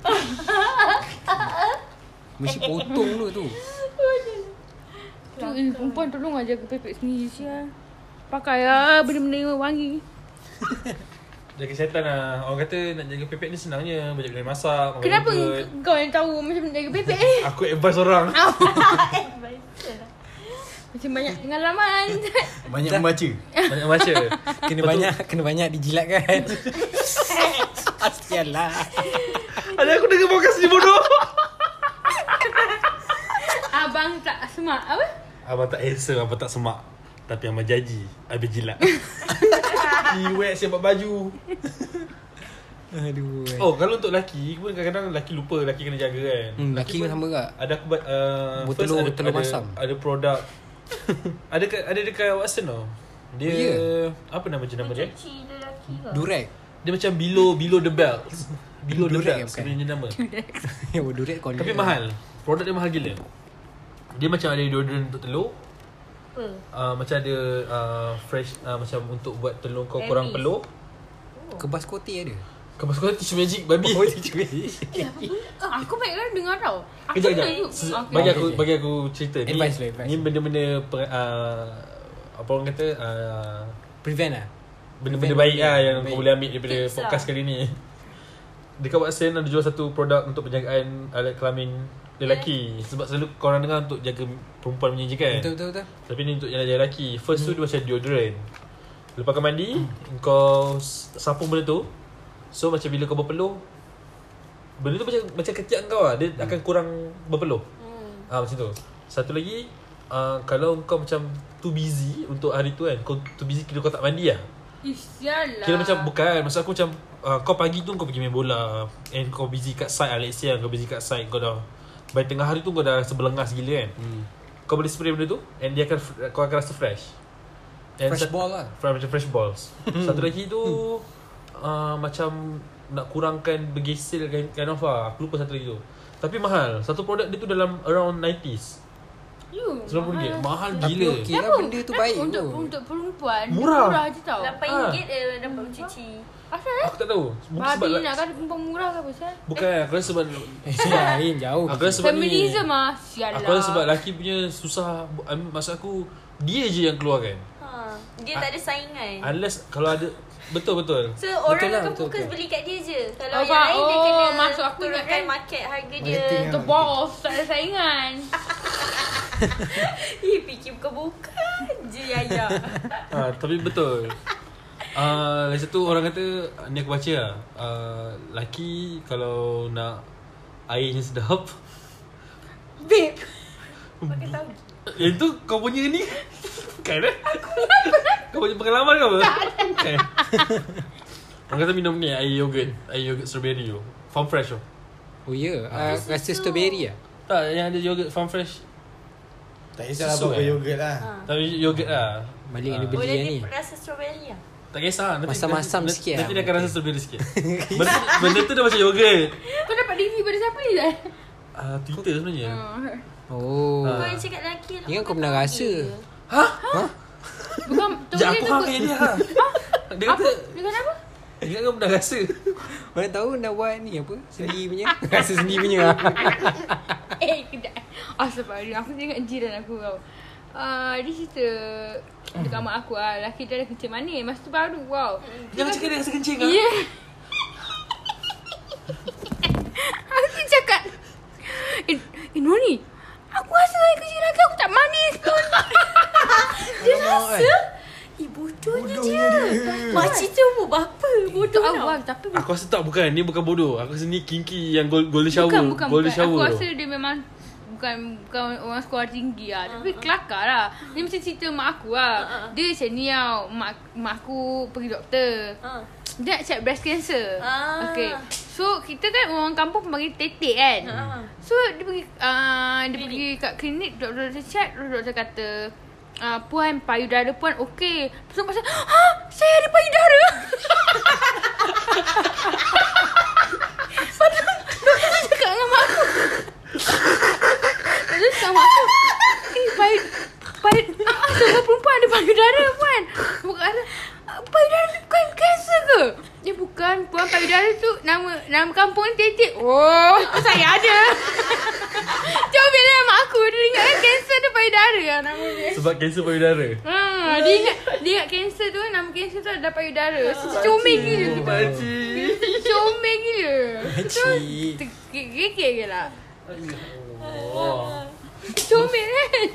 S3: Mesti potong dulu tu
S1: Tu eh, perempuan tolong ajar ke pepek sendiri sial Pakai lah benda-benda wangi
S2: Jaga syaitan lah Orang kata nak jaga pepek ni senangnya Banyak benda masak makan
S1: Kenapa
S2: yogurt.
S1: kau yang tahu macam mana jaga pepek eh?
S2: Aku advice orang
S1: Macam banyak pengalaman
S4: Banyak membaca
S2: Banyak baca
S3: Kena
S2: Lepas tu-
S3: banyak Kena banyak dijilat kan Sial lah
S2: Ada aku dengar podcast ni bodoh
S1: Abang tak semak apa?
S2: Abang tak handsome Abang tak semak Tapi abang janji Habis jilat Iwet siap buat baju
S3: Aduh
S2: Oh kalau untuk lelaki pun Kadang-kadang lelaki lupa Lelaki kena jaga kan
S3: Hmm, lelaki pun sama tak?
S2: Ada aku buat uh,
S3: Buat
S2: first
S3: telur-
S2: ada,
S3: telur
S2: ada,
S3: masam.
S2: Ada produk Ada kat, ada dekat Watson tau Dia
S3: Oh, ya?
S2: Apa nama je nama dia
S5: Cuci lelaki ke?
S3: Durek
S2: Dia macam below Below the belt Below the
S3: Durag
S2: belt
S3: bukan?
S2: Sebenarnya nama
S3: Ya oh, durek kau
S2: Tapi mahal Produk dia mahal gila Dia macam ada deodorant untuk telur
S5: Apa?
S2: uh, Macam ada uh, Fresh uh, Macam untuk buat telur kau kurang
S5: Berries.
S2: peluh
S3: Kebas kotik ada
S2: Kau masuk kau tisu magic babi
S3: Oh dia curi
S2: Oh.
S1: Eh, aku baik kan dengar tau Aku
S2: Kejap kejap
S1: tahu.
S2: Eh, Se-
S1: Okay.
S2: Bagi
S3: Okay,
S2: aku
S3: okay.
S2: bagi aku cerita ni
S3: Advice lah, advice.
S2: Ni benda-benda per, uh, Apa orang kata uh,
S3: Prevent lah
S2: Benda-benda
S3: Baik,
S2: baik lah
S3: baik.
S2: Yang
S3: Baik.
S2: kau boleh ambil daripada
S5: Tips lah.
S2: podcast kali ni Dekat Watson ada jual satu produk Untuk penjagaan alat kelamin lelaki Sebab selalu korang dengar untuk jaga perempuan punya je kan
S3: Betul-betul
S2: Tapi ni untuk yang lelaki First tu dia macam deodorant Lepas kau mandi Kau s- sapu benda tu So macam bila kau berpeluh Benda tu macam macam ketiak kau lah Dia akan kurang berpeluh ha, Macam tu Satu lagi uh, Kalau kau macam Too busy Untuk hari tu kan Kau too busy kira kau tak mandi lah
S1: Ih, sial lah
S2: Kira macam bukan Maksud aku macam uh, Kau pagi tu kau pergi main bola And kau busy kat side lah Let's say lah, kau busy kat side Kau dah By tengah hari tu kau dah sebelengas gila kan hmm. Kau boleh spray benda tu And dia akan Kau akan rasa fresh And
S3: Fresh ball lah.
S2: fresh, Macam fresh balls Satu lagi tu uh, Macam Nak kurangkan Bergesil kind kind of lah Aku lupa satu lagi tu Tapi mahal Satu produk dia tu dalam Around 90s
S1: You,
S2: RM90
S1: mahal.
S2: Mahal
S3: Tapi
S2: gila
S3: okey lah
S1: Kenapa-
S3: benda tu
S1: kenapa
S3: baik
S1: Untuk,
S3: tu.
S1: untuk perempuan dia
S2: Murah.
S1: Murah je tau
S5: RM8
S2: Ah.
S5: dia dapat mencuci.
S1: Asal eh?
S2: Aku tak tahu Mungkin sebab lah-
S1: Babi nak kata perempuan murah ke apa sial
S2: Bukan Aku rasa sebab
S3: Eh sial lain jauh
S2: Aku rasa sebab ni
S1: Feminism ah Sial lah
S2: Aku rasa sebab lelaki punya susah I mean, Maksud aku Dia je yang keluarkan
S5: Ha. Dia tak ada saingan.
S2: Unless kalau ada Betul-betul
S5: So orang
S3: Betul lah,
S5: akan
S3: betul,
S5: fokus
S3: betul.
S5: beli kat dia je.
S1: Oh,
S5: Kalau yang lain dia
S1: oh,
S5: kena
S1: masuk kan? aku
S5: turunkan
S1: ingatkan-
S5: market harga dia.
S4: Marketing
S2: lah-
S1: The boss Tak ada saingan
S5: Ih, fikir bukan-bukan je ya, Yaya.
S2: ha, Tapi betul uh, Lagi satu orang kata Ni aku baca lah uh, Lelaki Kalau nak Airnya sedap
S1: Babe
S5: Pakai tahu.
S2: Yang tu kau punya ni Kan eh Kau punya pengalaman ke apa Kan Orang kata minum ni Air yogurt Air yogurt strawberry tu Farm fresh tu
S3: Oh ya yeah. uh, Rasa strawberry lah
S2: Tak yang ada yogurt farm fresh
S4: Tak kisahlah
S2: Susu,
S4: apa
S2: eh?
S4: yogurt lah
S1: Ah.
S2: Tapi yogurt lah
S3: Balik kena
S2: Ah.
S3: beli
S5: Boleh
S3: yang
S5: ni
S3: ni
S5: Oh, rasa strawberry lah.
S2: Tak kisah nanti,
S3: Masam-masam
S2: nanti,
S3: sikit lah,
S2: Nanti dia akan
S3: mungkin.
S2: rasa strawberry sikit benda, benda tu dah macam yogurt
S1: Kau dapat review pada siapa ni Zai?
S2: Ah, Twitter sebenarnya
S1: Ah.
S3: Oh
S5: Kau
S2: Ah.
S5: yang cakap lelaki lah.
S3: Ingat kau pernah rasa
S1: Bukan tu
S2: Sekejap
S1: dia
S2: aku
S1: tu
S2: hang dengan dia ha. Dia
S1: Apa?
S2: kata
S1: Dia kata apa?
S2: Ingat kau pernah rasa
S3: Mana tahu nak buat ni apa Sendi punya Rasa sendi punya
S1: Eh, kedai. Astagfirullah. Aku ingat jiran aku tau. Uh, dia cerita dekat mak aku lah. Laki dia ada kencing manis. Masa tu baru wow.
S2: Jangan cakap dia rasa kencing
S1: Ya.
S2: ah.
S1: Yeah. aku cakap. Eh, eh Noni. Aku rasa air kencing lagi aku tak manis pun.
S2: kan?
S3: Dia rasa
S5: Ibu Bodohnya dia. Makcik tu umur berapa? Bodoh
S1: Untuk
S5: tau.
S1: awam tapi
S2: Aku rasa tak bukan Ni bukan bodoh Aku rasa ni kinky Yang gold, golden shower
S1: Bukan bukan
S2: golden
S1: bukan
S2: shower
S1: Aku
S2: tu.
S1: rasa dia memang Bukan bukan orang sekolah tinggi lah Tapi kelakar lah Dia macam cerita mak aku lah Dia macam ni tau Mak, mak aku pergi doktor
S5: Ah.
S1: Dia nak check breast cancer
S5: Ah.
S1: Okay So kita kan orang kampung panggil tetek kan
S5: Uh-huh.
S1: So dia pergi uh, Dia pergi kat klinik Doktor dia check Doktor kata uh, Puan payudara puan okey Lepas tu mak saya Ha saya ada payudara Padahal doktor tu cakap dengan mak aku Lepas tu cakap mak aku Eh payu Payu ah, ah, Seorang perempuan ada payudara puan Bukan ah, Payudara tu bukan kanser ke? Ya bukan Puan payudara tu Nama nama kampung ni titik Oh Saya ada Cuma bila mak aku Dia ingatkan kanser tu payudara lah Nama dia
S7: Sebab kanser payudara
S1: Ha, dia ingat dia ingat kanser tu nama kanser tu adalah payudara. Comel gila tu. Comel gila. Tu
S3: Pakcik.
S1: terkekek je lah.
S2: Oh.
S1: Comel kan?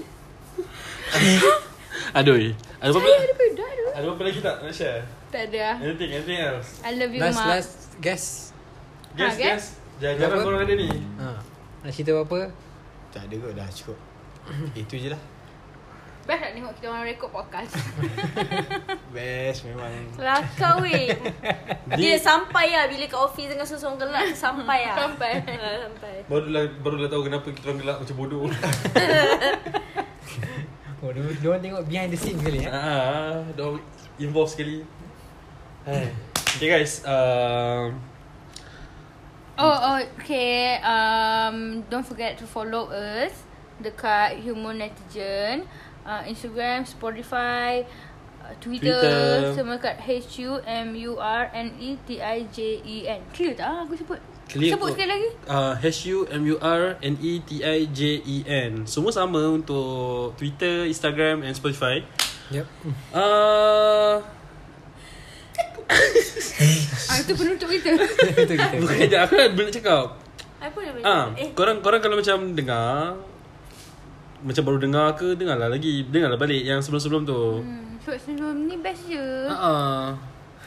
S2: Aduh Ada apa
S1: Saya ada payudara.
S7: Ada apa lagi tak nak share?
S1: Tak ada lah.
S7: Anything, anything else?
S1: I love you,
S3: Last
S1: Mak.
S3: last guess.
S7: Guess,
S1: Ha, guess?
S7: guess Jangan-jangan
S3: Apa?
S7: korang ada ni
S3: Ha. Nak cerita apa?
S4: Tak ada kot dah cukup Itu je lah
S1: Best nak tengok kita orang rekod podcast.
S4: Best memang
S5: Kelakar weh Dia sampai lah Bila kat office dengan seorang gelap tu Sampai lah
S1: Sampai.
S5: Ah, Sampai
S7: Barulah, barulah tahu kenapa kita orang gelap macam bodoh
S3: Oh, dia, dia orang tengok behind the scene kali
S1: Ya.
S3: eh.
S7: Ah, dah involve sekali.
S2: Eh,
S7: Hai. Okay guys, um,
S1: Oh, oh, okay. Um, don't forget to follow us dekat Human Netizen, uh, Instagram, Spotify, uh, Twitter,
S7: Twitter.
S1: Twitter, semua kat H U M U R N E T I J E N. Clear tak ah, aku sebut?
S2: Clear
S1: sebut
S2: kot.
S1: sekali lagi.
S2: Uh, E H-U-M-U-R-N-E-T-I-J-E-N Semua sama untuk Twitter, Instagram and Spotify
S3: Yep.
S2: uh,
S1: Ah, itu penutup kita.
S3: Itu
S1: Eh.
S3: kita.
S2: Bukan je, aku nak belum cakap
S5: I pun dah boleh
S2: Ah,
S5: cakap. Eh
S2: korang korang kalau macam dengar macam baru dengar ke dengarlah lagi dengarlah balik yang sebelum-sebelum tu.
S1: hmm, sebab sebelum ni best je.
S2: Ha ah.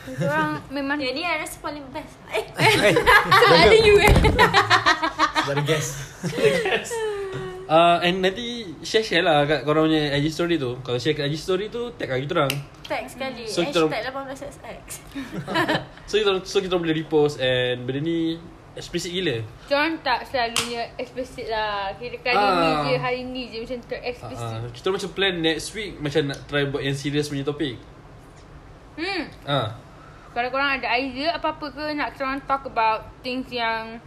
S1: Orang memang
S5: Eh, Yang ni I rasa paling best Eh
S1: tak ada you eh.
S4: Sebab ada guess
S2: Ah, and nanti share-share lah kat korang punya IG story tu. Kalau share kat IG story tu tag kat kita orang.
S5: Tag sekali
S2: So, kita-
S5: Hashtag 18XX
S2: So kita so kita orang boleh repost and benda ni explicit gila.
S1: Jangan tak selalunya explicit lah. Kira kali ni
S2: Ah.
S1: je, hari ni je macam tu
S2: Ah,
S1: explicit.
S2: ah. kita orang macam plan next week macam nak try buat yang serious punya topik.
S1: Hmm.
S2: Ah.
S1: Kalau korang ada idea apa-apa ke nak kita orang talk about things yang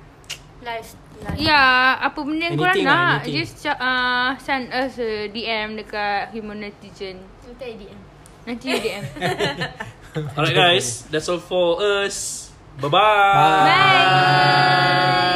S5: Live
S1: Ya,
S5: Live
S1: yeah, apa benda yang korang
S2: Anything lah,
S1: nak
S2: anything.
S1: Just uh, send us a DM dekat Human Netizen
S5: Kita DM
S1: Nanti you DM
S2: Alright guys, that's all for us. Bye-bye.
S1: Bye